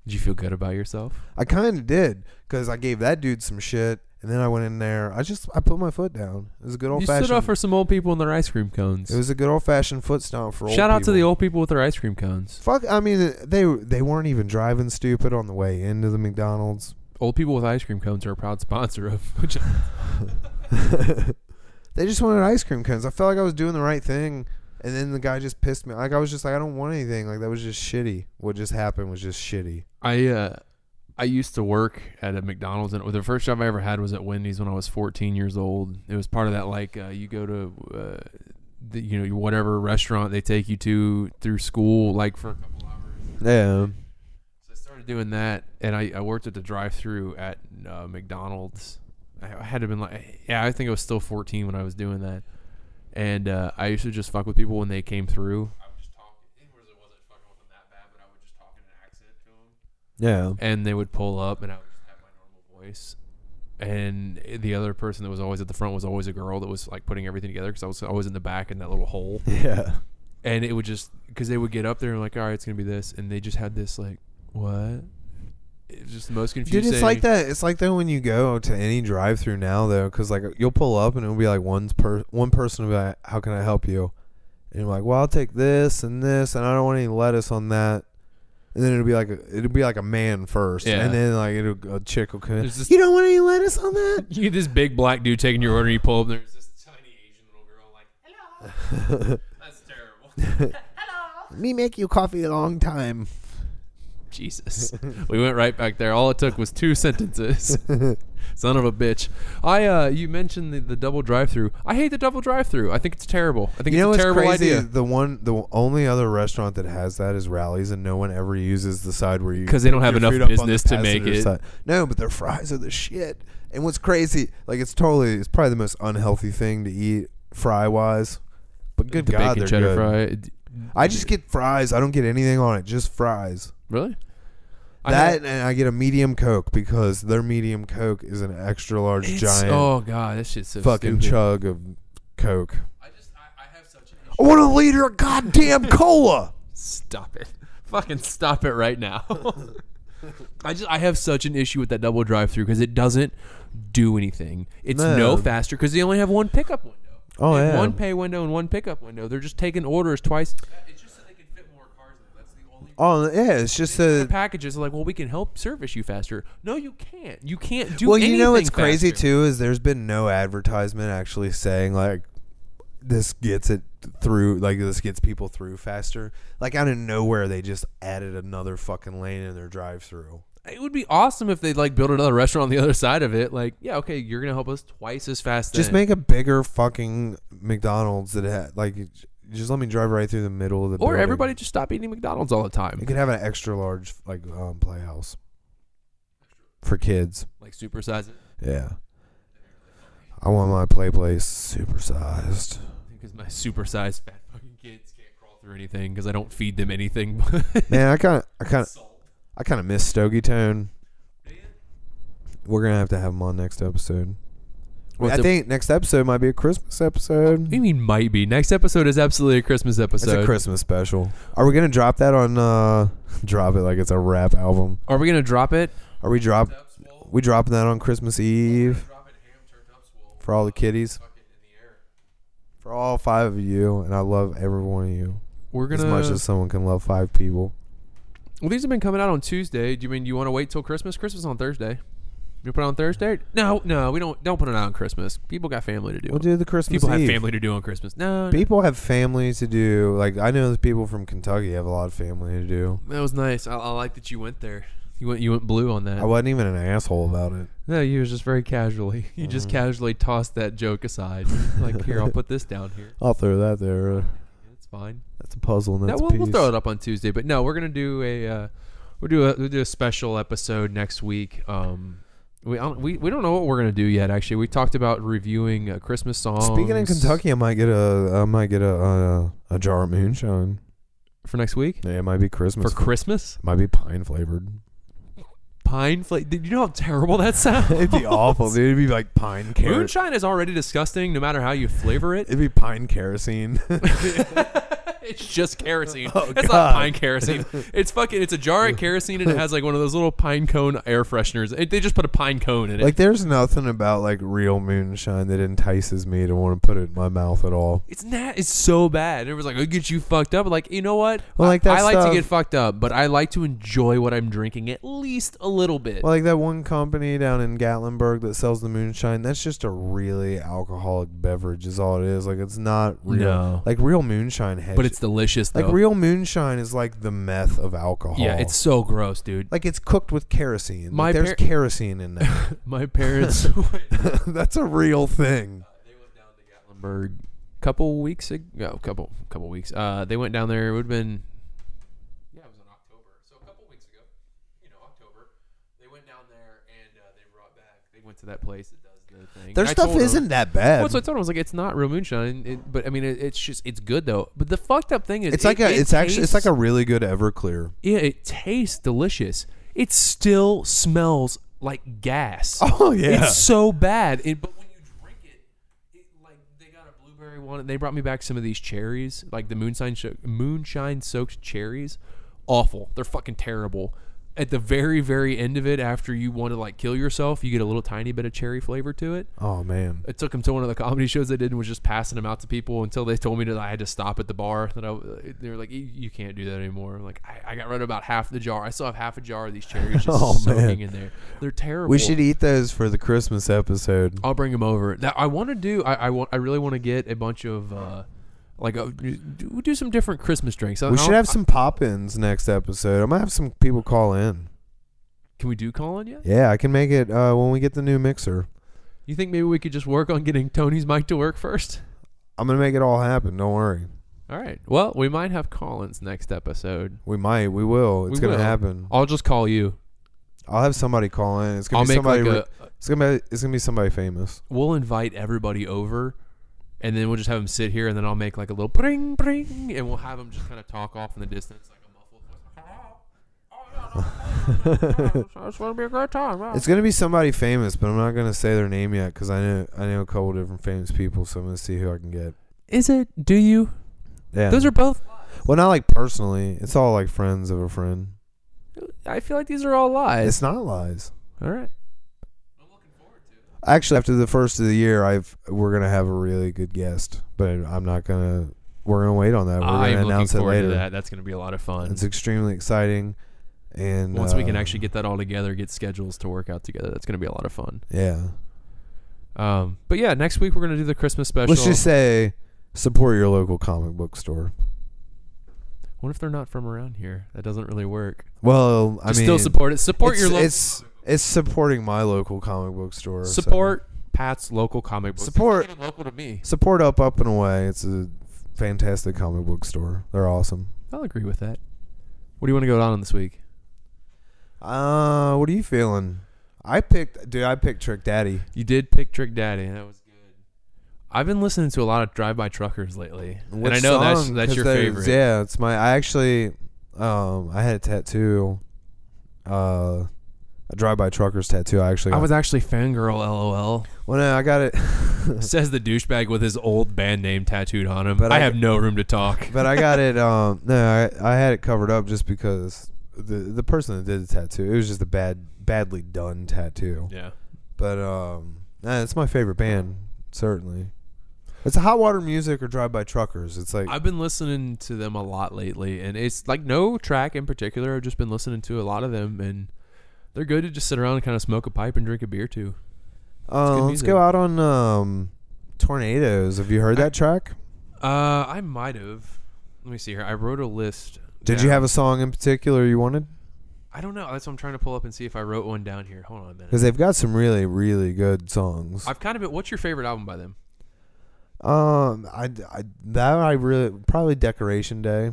Speaker 1: Did you feel good about yourself?
Speaker 5: I kind of did because I gave that dude some shit. And then I went in there. I just I put my foot down. It was a good old
Speaker 1: you
Speaker 5: fashioned.
Speaker 1: stood up for some old people in their ice cream cones.
Speaker 5: it was a good old fashioned foot stomp for old
Speaker 1: Shout out to
Speaker 5: people.
Speaker 1: the old people with their ice cream cones.
Speaker 5: Fuck, I mean they they weren't even driving stupid on the way into the McDonald's.
Speaker 1: Old people with ice cream cones are a proud sponsor of. Which,
Speaker 5: they just wanted ice cream cones. I felt like I was doing the right thing, and then the guy just pissed me. Like I was just like I don't want anything. Like that was just shitty. What just happened was just shitty.
Speaker 1: I uh, I used to work at a McDonald's, and the first job I ever had was at Wendy's when I was 14 years old. It was part of that like uh, you go to, uh, the, you know, whatever restaurant they take you to through school, like for a couple hours.
Speaker 5: Yeah.
Speaker 1: So I started doing that, and I, I worked at the drive-through at uh, McDonald's. I, I had to been like, yeah, I think I was still 14 when I was doing that, and uh, I used to just fuck with people when they came through. I would just talk. It wasn't fucking with them that bad, but I would just talk in an accent to them
Speaker 5: Yeah.
Speaker 1: and they would pull up and I would just have my normal voice. And the other person that was always at the front was always a girl that was like putting everything together because I was always in the back in that little hole.
Speaker 5: Yeah.
Speaker 1: And it would just because they would get up there and like, all right, it's gonna be this, and they just had this like, what? It was just the most confusing.
Speaker 5: Dude, it's like that. It's like that when you go to any drive-through now, though, because like you'll pull up and it'll be like one's per one person will be like, "How can I help you?" And you're like, "Well, I'll take this and this, and I don't want any lettuce on that." And then it'll be like a, it'll be like a man first,
Speaker 1: Yeah.
Speaker 5: and then like it'll, a chick will come in.
Speaker 1: There's this-
Speaker 5: you don't want any lettuce on that?
Speaker 1: You get this big black dude taking your order, you pull up, and there's this tiny Asian little girl like, hello. That's terrible.
Speaker 5: Me make you coffee a long time.
Speaker 1: Jesus. we went right back there. All it took was two sentences. Son of a bitch. I uh you mentioned the, the double drive through. I hate the double drive through. I think it's terrible. I think
Speaker 5: You know
Speaker 1: it's a
Speaker 5: what's
Speaker 1: terrible
Speaker 5: crazy?
Speaker 1: idea.
Speaker 5: The one, the only other restaurant that has that is Rallies, and no one ever uses the side where you
Speaker 1: 'Cause they don't have
Speaker 5: your
Speaker 1: enough
Speaker 5: food up on the
Speaker 1: business to make
Speaker 5: passenger
Speaker 1: it.
Speaker 5: No, but their fries are the shit. And what's crazy? Like it's totally, it's probably the most unhealthy thing to eat fry wise. But good
Speaker 1: the
Speaker 5: God,
Speaker 1: bacon
Speaker 5: they're
Speaker 1: cheddar
Speaker 5: good.
Speaker 1: fry. d-
Speaker 5: I just get fries. I don't get anything on it. Just fries.
Speaker 1: Really?
Speaker 5: that and I get a medium coke because their medium coke is an extra large
Speaker 1: it's,
Speaker 5: giant
Speaker 1: Oh god, that shit's so
Speaker 5: fucking
Speaker 1: stupid.
Speaker 5: chug of coke.
Speaker 1: I just I, I have such an
Speaker 5: I want a liter of goddamn cola.
Speaker 1: Stop it. Fucking stop it right now. I just I have such an issue with that double drive through because it doesn't do anything. It's no,
Speaker 5: No.
Speaker 1: faster because they only have one pickup window.
Speaker 5: Oh,
Speaker 1: They have
Speaker 5: yeah.
Speaker 1: One pay window and one pickup window. They're just taking orders twice. It's just so they can fit more cars. That's the only
Speaker 5: Oh yeah, it's just a
Speaker 1: packages are like, well, we can help service you faster. No, you can't. You can't do.
Speaker 5: well. You know what's
Speaker 1: anything
Speaker 5: crazy
Speaker 1: faster.
Speaker 5: too is there's been no advertisement actually saying like this gets it through, like this gets people through faster. Like out of nowhere, they just added another fucking lane in their drive-through.
Speaker 1: It would be awesome if they like build another restaurant on the other side of it. Like, yeah, okay, you're gonna help us twice as fast.
Speaker 5: Just
Speaker 1: then.
Speaker 5: make a bigger fucking McDonald's that had like just let me drive right through the middle of the
Speaker 1: or
Speaker 5: building.
Speaker 1: everybody just stop eating McDonald's all the time.
Speaker 5: You could have an extra large like um, playhouse for kids.
Speaker 1: Like supersize it.
Speaker 5: Yeah. I want my play place supersized.
Speaker 1: because my supersized fat fucking kids can't crawl through anything because I don't feed them anything. but
Speaker 5: Man, I kind of, I kind of, I kind of miss Stogie Tone. We're gonna have to have him on next episode. I
Speaker 1: the-
Speaker 5: think next episode might be a Christmas episode.
Speaker 1: What do you mean might be? Next episode is absolutely a Christmas
Speaker 5: It's
Speaker 1: episode.
Speaker 5: a Christmas special. Are we gonna drop that on? uh Drop it like it's a rap album.
Speaker 1: Are we gonna drop it?
Speaker 5: Are we drop? We dropping that on Christmas Eve for all the kiddies. For all five of you, and I love every one of you
Speaker 1: We're
Speaker 5: as
Speaker 1: gonna.
Speaker 5: much as someone can love five people.
Speaker 1: well, these have been coming out on Tuesday. Do you mean you want to wait till Christmas? Christmas on Thursday. You put it on Thursday? No, no, we don't. Don't put it out on Christmas. People got family to do.
Speaker 5: We'll do the Christmas
Speaker 1: People have
Speaker 5: Eve.
Speaker 1: family to do on Christmas. No, no.
Speaker 5: People have family to do. Like I know the people from Kentucky have a lot of family to do.
Speaker 1: that was nice. I, I like that you went there. You went. You went blue on that.
Speaker 5: I wasn't even an asshole about it.
Speaker 1: No, you was just very casually. You just casually tossed that joke aside. like, here, I'll put this down here.
Speaker 5: I'll throw that there. Uh,
Speaker 1: It's fine.
Speaker 5: that's a puzzle. And
Speaker 1: No,
Speaker 5: that's
Speaker 1: we'll, we'll throw it up on Tuesday. But no, we're gonna do a uh, we'll do a we'll do a special episode next week. Um, we I don't, we we don't know what we're gonna do yet. Actually, we talked about reviewing a Christmas song.
Speaker 5: Speaking in Kentucky, I might get a I might get a uh, a jar of moonshine.
Speaker 1: for next week
Speaker 5: Yeah, it might be
Speaker 1: for
Speaker 5: Christmas.
Speaker 1: Christmas
Speaker 5: might be pine flavored.
Speaker 1: pine flake. Did you know how terrible that sounds?
Speaker 5: It'd be awful, dude. It'd be like pine kerosene.
Speaker 1: Moonshine is already disgusting, no matter how you flavor it.
Speaker 5: It'd be pine kerosene.
Speaker 1: it's just kerosene.
Speaker 5: Oh,
Speaker 1: it's
Speaker 5: God.
Speaker 1: not pine kerosene. It's fucking. It's a jar of kerosene and it has like one of those little pine cone air fresheners. It, they just put a pine cone in it.
Speaker 5: Like there's nothing about like real moonshine that entices me to want to put it in my mouth at all.
Speaker 1: it's not. It's so bad. It was like I get you fucked up. Like you know what?
Speaker 5: Well, like that
Speaker 1: I, I like
Speaker 5: stuff-
Speaker 1: to get fucked up, but I like to enjoy what I'm drinking at least a little bit.
Speaker 5: Well, like that one company down in Gatlinburg that sells the moonshine, that's just a really alcoholic beverage is all it is. Like it's not real.
Speaker 1: No.
Speaker 5: Like real moonshine has
Speaker 1: but it's delicious though.
Speaker 5: like real moonshine is like the meth of alcohol.
Speaker 1: Yeah, it's so gross, dude.
Speaker 5: like it's cooked with kerosene. Like,
Speaker 1: My
Speaker 5: there's
Speaker 1: par-
Speaker 5: kerosene in there.
Speaker 1: My parents went
Speaker 5: that's a real thing.
Speaker 1: to Gatlinburg a couple weeks ago. Couple couple weeks. Uh, they went down there. It would have been. Yeah, it was in October. So a couple weeks ago, you know, October, they went down there and uh, they brought back. They went to that place that does the thing.
Speaker 5: Their
Speaker 1: And I
Speaker 5: stuff
Speaker 1: told 'em-
Speaker 5: isn't that bad.
Speaker 1: Well, so I told him I was like, it's not real moonshine, it, but I mean, it, it's just it's good though. But the fucked up thing is,
Speaker 5: it's
Speaker 1: it-
Speaker 5: like a
Speaker 1: it
Speaker 5: it's actually it's like
Speaker 1: tastes-
Speaker 5: a really good Everclear.
Speaker 1: yeah, it tastes delicious. It still smells like gas.
Speaker 5: Oh, yeah.
Speaker 1: it's so bad. It, but when you drink it, it like they got a blueberry one. They brought me back some of these cherries, like the moonshine sho- moonshine soaked cherries. Awful. They're fucking terrible. At the very very end of it, after you want to like kill yourself, you get a little tiny bit of cherry flavor to it.
Speaker 5: Oh man.
Speaker 1: I took him to one of the comedy shows I did and was just passing them out to people until they told me that I had to stop at the bar. That I, they were like, "You- "You can't do that anymore." I'm like, I, I got rid of about half the jar. I still have half a jar of these cherries just
Speaker 5: Oh, man.
Speaker 1: soaking in there. They're terrible.
Speaker 5: We should eat those for the Christmas episode.
Speaker 1: I'll bring them over. That I want to do. I I, want, I really want to get a bunch of uh, like a, do, do some different Christmas drinks. I
Speaker 5: We
Speaker 1: don't-
Speaker 5: should have some pop-ins next episode. I might have some people call in.
Speaker 1: Can we do Colin yet?
Speaker 5: Yeah, I can make it uh, when we get the new mixer.
Speaker 1: You think maybe we could just work on getting Tony's mic to work first?
Speaker 5: I'm gonna make it all happen. Don't worry.
Speaker 1: All right. Well, we might have Colin's next episode.
Speaker 5: We might. We will. It's
Speaker 1: We
Speaker 5: gonna
Speaker 1: will.
Speaker 5: happen.
Speaker 1: I'll just call you.
Speaker 5: I'll have somebody call in. It's gonna
Speaker 1: I'll
Speaker 5: be
Speaker 1: make
Speaker 5: somebody.
Speaker 1: like
Speaker 5: re- it's gonna be. It's gonna be somebody famous.
Speaker 1: we'll invite everybody over and then we'll just have them sit here and then I'll make like a little bring bring and we'll have them just kind of talk off in the distance like a muffled voice. It's gonna be a great time. huh?
Speaker 5: It's gonna be somebody famous, but I'm not gonna say their name yet because I know I know a couple different famous people, so I'm gonna see who I can get.
Speaker 1: Is it? Do you?
Speaker 5: Yeah.
Speaker 1: Those are both.
Speaker 5: well, not like personally. It's all like friends of a friend.
Speaker 1: I feel like these are all lies.
Speaker 5: It's not lies.
Speaker 1: All right.
Speaker 5: Actually, after the first of the year, I've we're gonna have a really good guest, but I'm not gonna. We're gonna wait on that. We're
Speaker 1: I'm
Speaker 5: gonna
Speaker 1: looking
Speaker 5: announce it
Speaker 1: forward
Speaker 5: later.
Speaker 1: to that. That's gonna be a lot of fun.
Speaker 5: It's extremely exciting, and
Speaker 1: Once we can
Speaker 5: uh,
Speaker 1: actually get that all together, get schedules to work out together, that's gonna be a lot of fun.
Speaker 5: yeah.
Speaker 1: Um, but yeah, next week we're gonna do the Christmas special.
Speaker 5: Let's just say support your local comic book store.
Speaker 1: what if they're not from around here? That doesn't really work.
Speaker 5: Well, I
Speaker 1: Just
Speaker 5: mean,
Speaker 1: still support it. Support
Speaker 5: it's,
Speaker 1: your local.
Speaker 5: It's it's supporting my local comic book store. so-
Speaker 1: support Pat's local comic book.
Speaker 5: Support-
Speaker 1: It's local to me.
Speaker 5: support up up and away. It's a fantastic comic book store. They're awesome.
Speaker 1: I'll agree with that. What do you want to go on this week?
Speaker 5: Uh, what are you feeling? I picked, dude. I picked Trick Daddy.
Speaker 1: You did pick Trick Daddy. That was good. I've been listening to a lot of Drive By Truckers lately,
Speaker 5: Which
Speaker 1: and I know that's
Speaker 5: song?
Speaker 1: that's
Speaker 5: 'Cause
Speaker 1: your
Speaker 5: that is-
Speaker 1: favorite.
Speaker 5: Yeah, it's my. I actually, um, I had a tattoo, uh, a drive-by trucker's tattoo. I actually,
Speaker 1: I
Speaker 5: got.
Speaker 1: was actually fangirl. LOL.
Speaker 5: Well, no, I got it,
Speaker 1: Says the douchebag with his old band name tattooed on him.
Speaker 5: But
Speaker 1: I,
Speaker 5: I-
Speaker 1: have no room to talk.
Speaker 5: but I got it. Um, no, I, I had it covered up just because the the person that did the tattoo, it was just a bad, badly done tattoo.
Speaker 1: yeah.
Speaker 5: But um, nah, it's my favorite band, certainly. It's a hot water music or drive-by truckers. It's like
Speaker 1: I've been listening to them a lot lately, and it's like no track in particular. I've just been listening to a lot of them, and they're good to just sit around and kind of smoke a pipe and drink a beer too.
Speaker 5: Uh,
Speaker 1: good
Speaker 5: let's
Speaker 1: music.
Speaker 5: go out on um, tornadoes. Have you heard that track?
Speaker 1: Uh, I might have. Let me see here. I wrote a list.
Speaker 5: Did you
Speaker 1: down.
Speaker 5: have a song in particular you wanted?
Speaker 1: I don't know. That's what I'm trying to pull up and see if I wrote one down here. Hold on a minute.
Speaker 5: Because they've got some really, really good songs.
Speaker 1: I've kind of been. What's your favorite album by them?
Speaker 5: um, I, I that I really probably Decoration Day.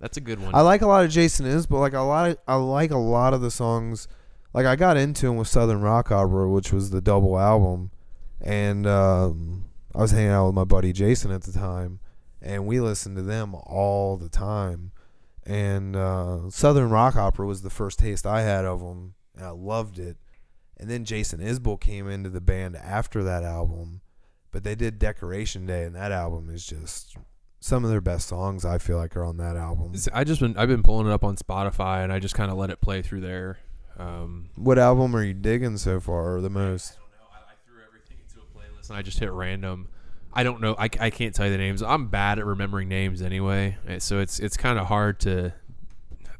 Speaker 1: That's a good one.
Speaker 5: I like a lot of Jason Is, but like a lot, of, I like a lot of the songs. Like I got into him with Southern Rock Opera, which was the double album, and um, I was hanging out with my buddy Jason at the time, and we listened to them all the time. And uh, Southern Rock Opera was the first taste I had of them, and I loved it. And then Jason Isbell came into the band after that album, but they did Decoration Day, and that album is just some of their best songs I feel like are on that album.
Speaker 1: It's- I just been I've been pulling it up on Spotify and I just kind of let it play through there. Um,
Speaker 5: What album are you digging so far or the most?
Speaker 1: don't know. I, I threw everything into a playlist and I just hit random. I don't know. I, I can't tell you the names. I'm bad at remembering names anyway, and so it's it's kind of hard to.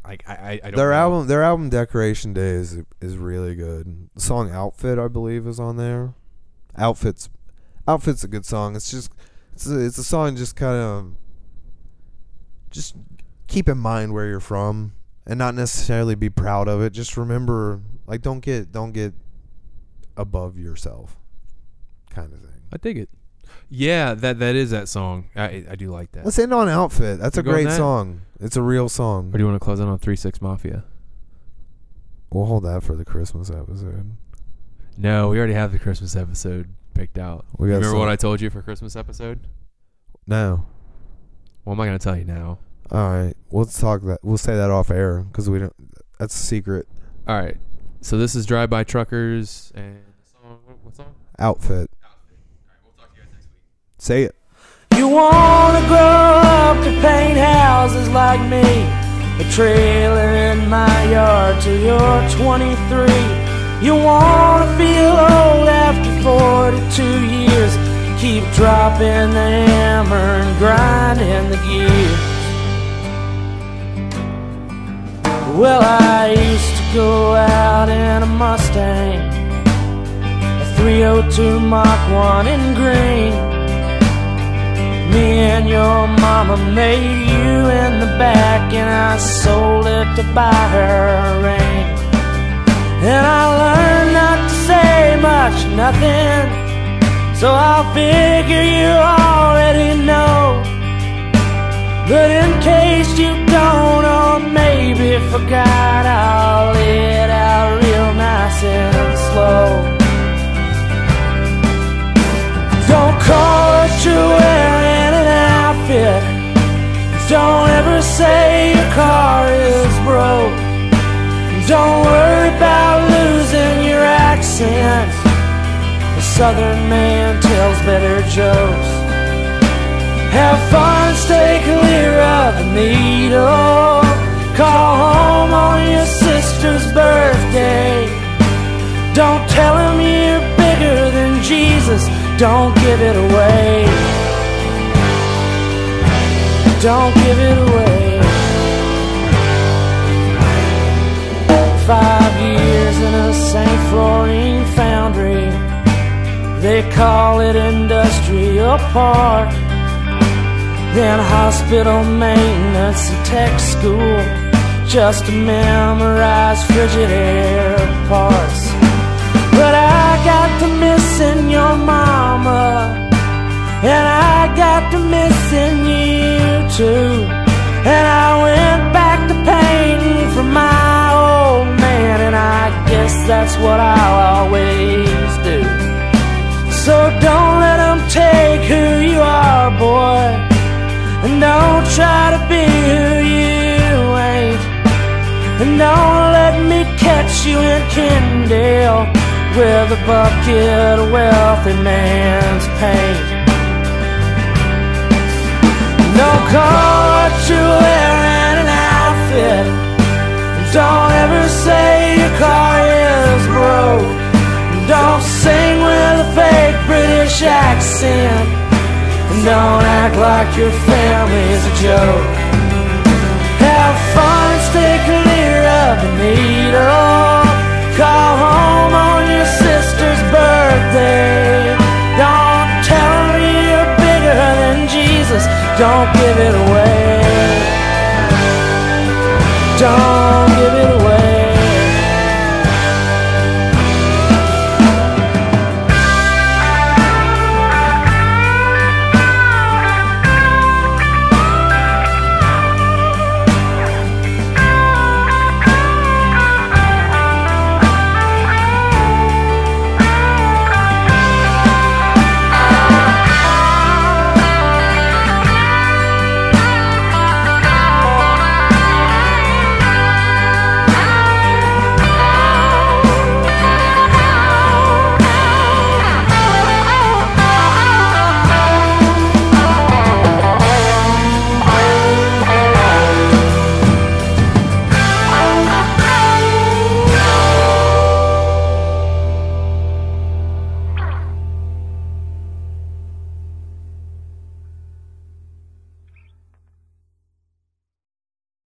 Speaker 1: Like I I, I don't
Speaker 5: Their
Speaker 1: know.
Speaker 5: album their album Decoration Day is is really good. The song Outfit I believe is on there. Outfits Outfit's a good song. It's just it's a, it's a song just kind of just keep in mind where you're from and not necessarily be proud of it. Just remember like don't get don't get above yourself kind of thing.
Speaker 1: I dig it. Yeah, that that is that song. I I do like that.
Speaker 5: Let's end on Outfit. That's a
Speaker 1: You going
Speaker 5: great
Speaker 1: that?
Speaker 5: song. It's a real song.
Speaker 1: or do you want to close in on Three Six Mafia?
Speaker 5: We'll hold that for the Christmas episode.
Speaker 1: No, we already have the Christmas episode picked out.
Speaker 5: We got
Speaker 1: Remember
Speaker 5: some-
Speaker 1: what I told you for Christmas episode?
Speaker 5: No.
Speaker 1: What am I gonna tell you now?
Speaker 5: All right. We'll talk that. We'll say that off air because we don't. That's a secret
Speaker 1: All right. So this is Drive By Truckers and song, what, what song?
Speaker 5: outfit. Say it.
Speaker 6: You wanna grow up to paint houses like me. A trailer in my yard till you're 23. You wanna feel old after 42 years. Keep dropping the hammer and grinding the gears. Well, I used to go out in a Mustang, a 302 Mach 1 in green. Me and your mama made you in the back, and I sold it to buy her a ring. And I learned not to say much, nothing. So I figure you already know. But in case you don't, or maybe forgot, I'll lay it out real nice and slow. Don't call it you're wearing an outfit. Don't ever say your car is broke. Don't worry about losing your accent. The southern man tells better jokes. Have fun, stay clear of the needle. Call home on your sister's birthday. Don't tell him you're bigger than Jesus. Don't give it away. Don't give it away. Five years in a St. Florine foundry. They call it industrial park. Then hospital maintenance and tech school. Just to memorize Frigidaire parts. But I got to missing your mama. And I got to missing you too. And I went back to painting for my old man. And I guess that's what I'll always do. So don't let 'em take who you are, boy. And don't try to be who you ain't. And don't let me catch you in Kendale with a bucket of wealthy man's paint. Don't call it you're wearing an outfit. Don't ever say your car is broke. Don't sing with a fake British accent. And don't act like your family's a joke. Have fun, stay clear of the needle. Call home on your sister's birthday. Don't tell her you're bigger than Jesus. Don't give it away. Don't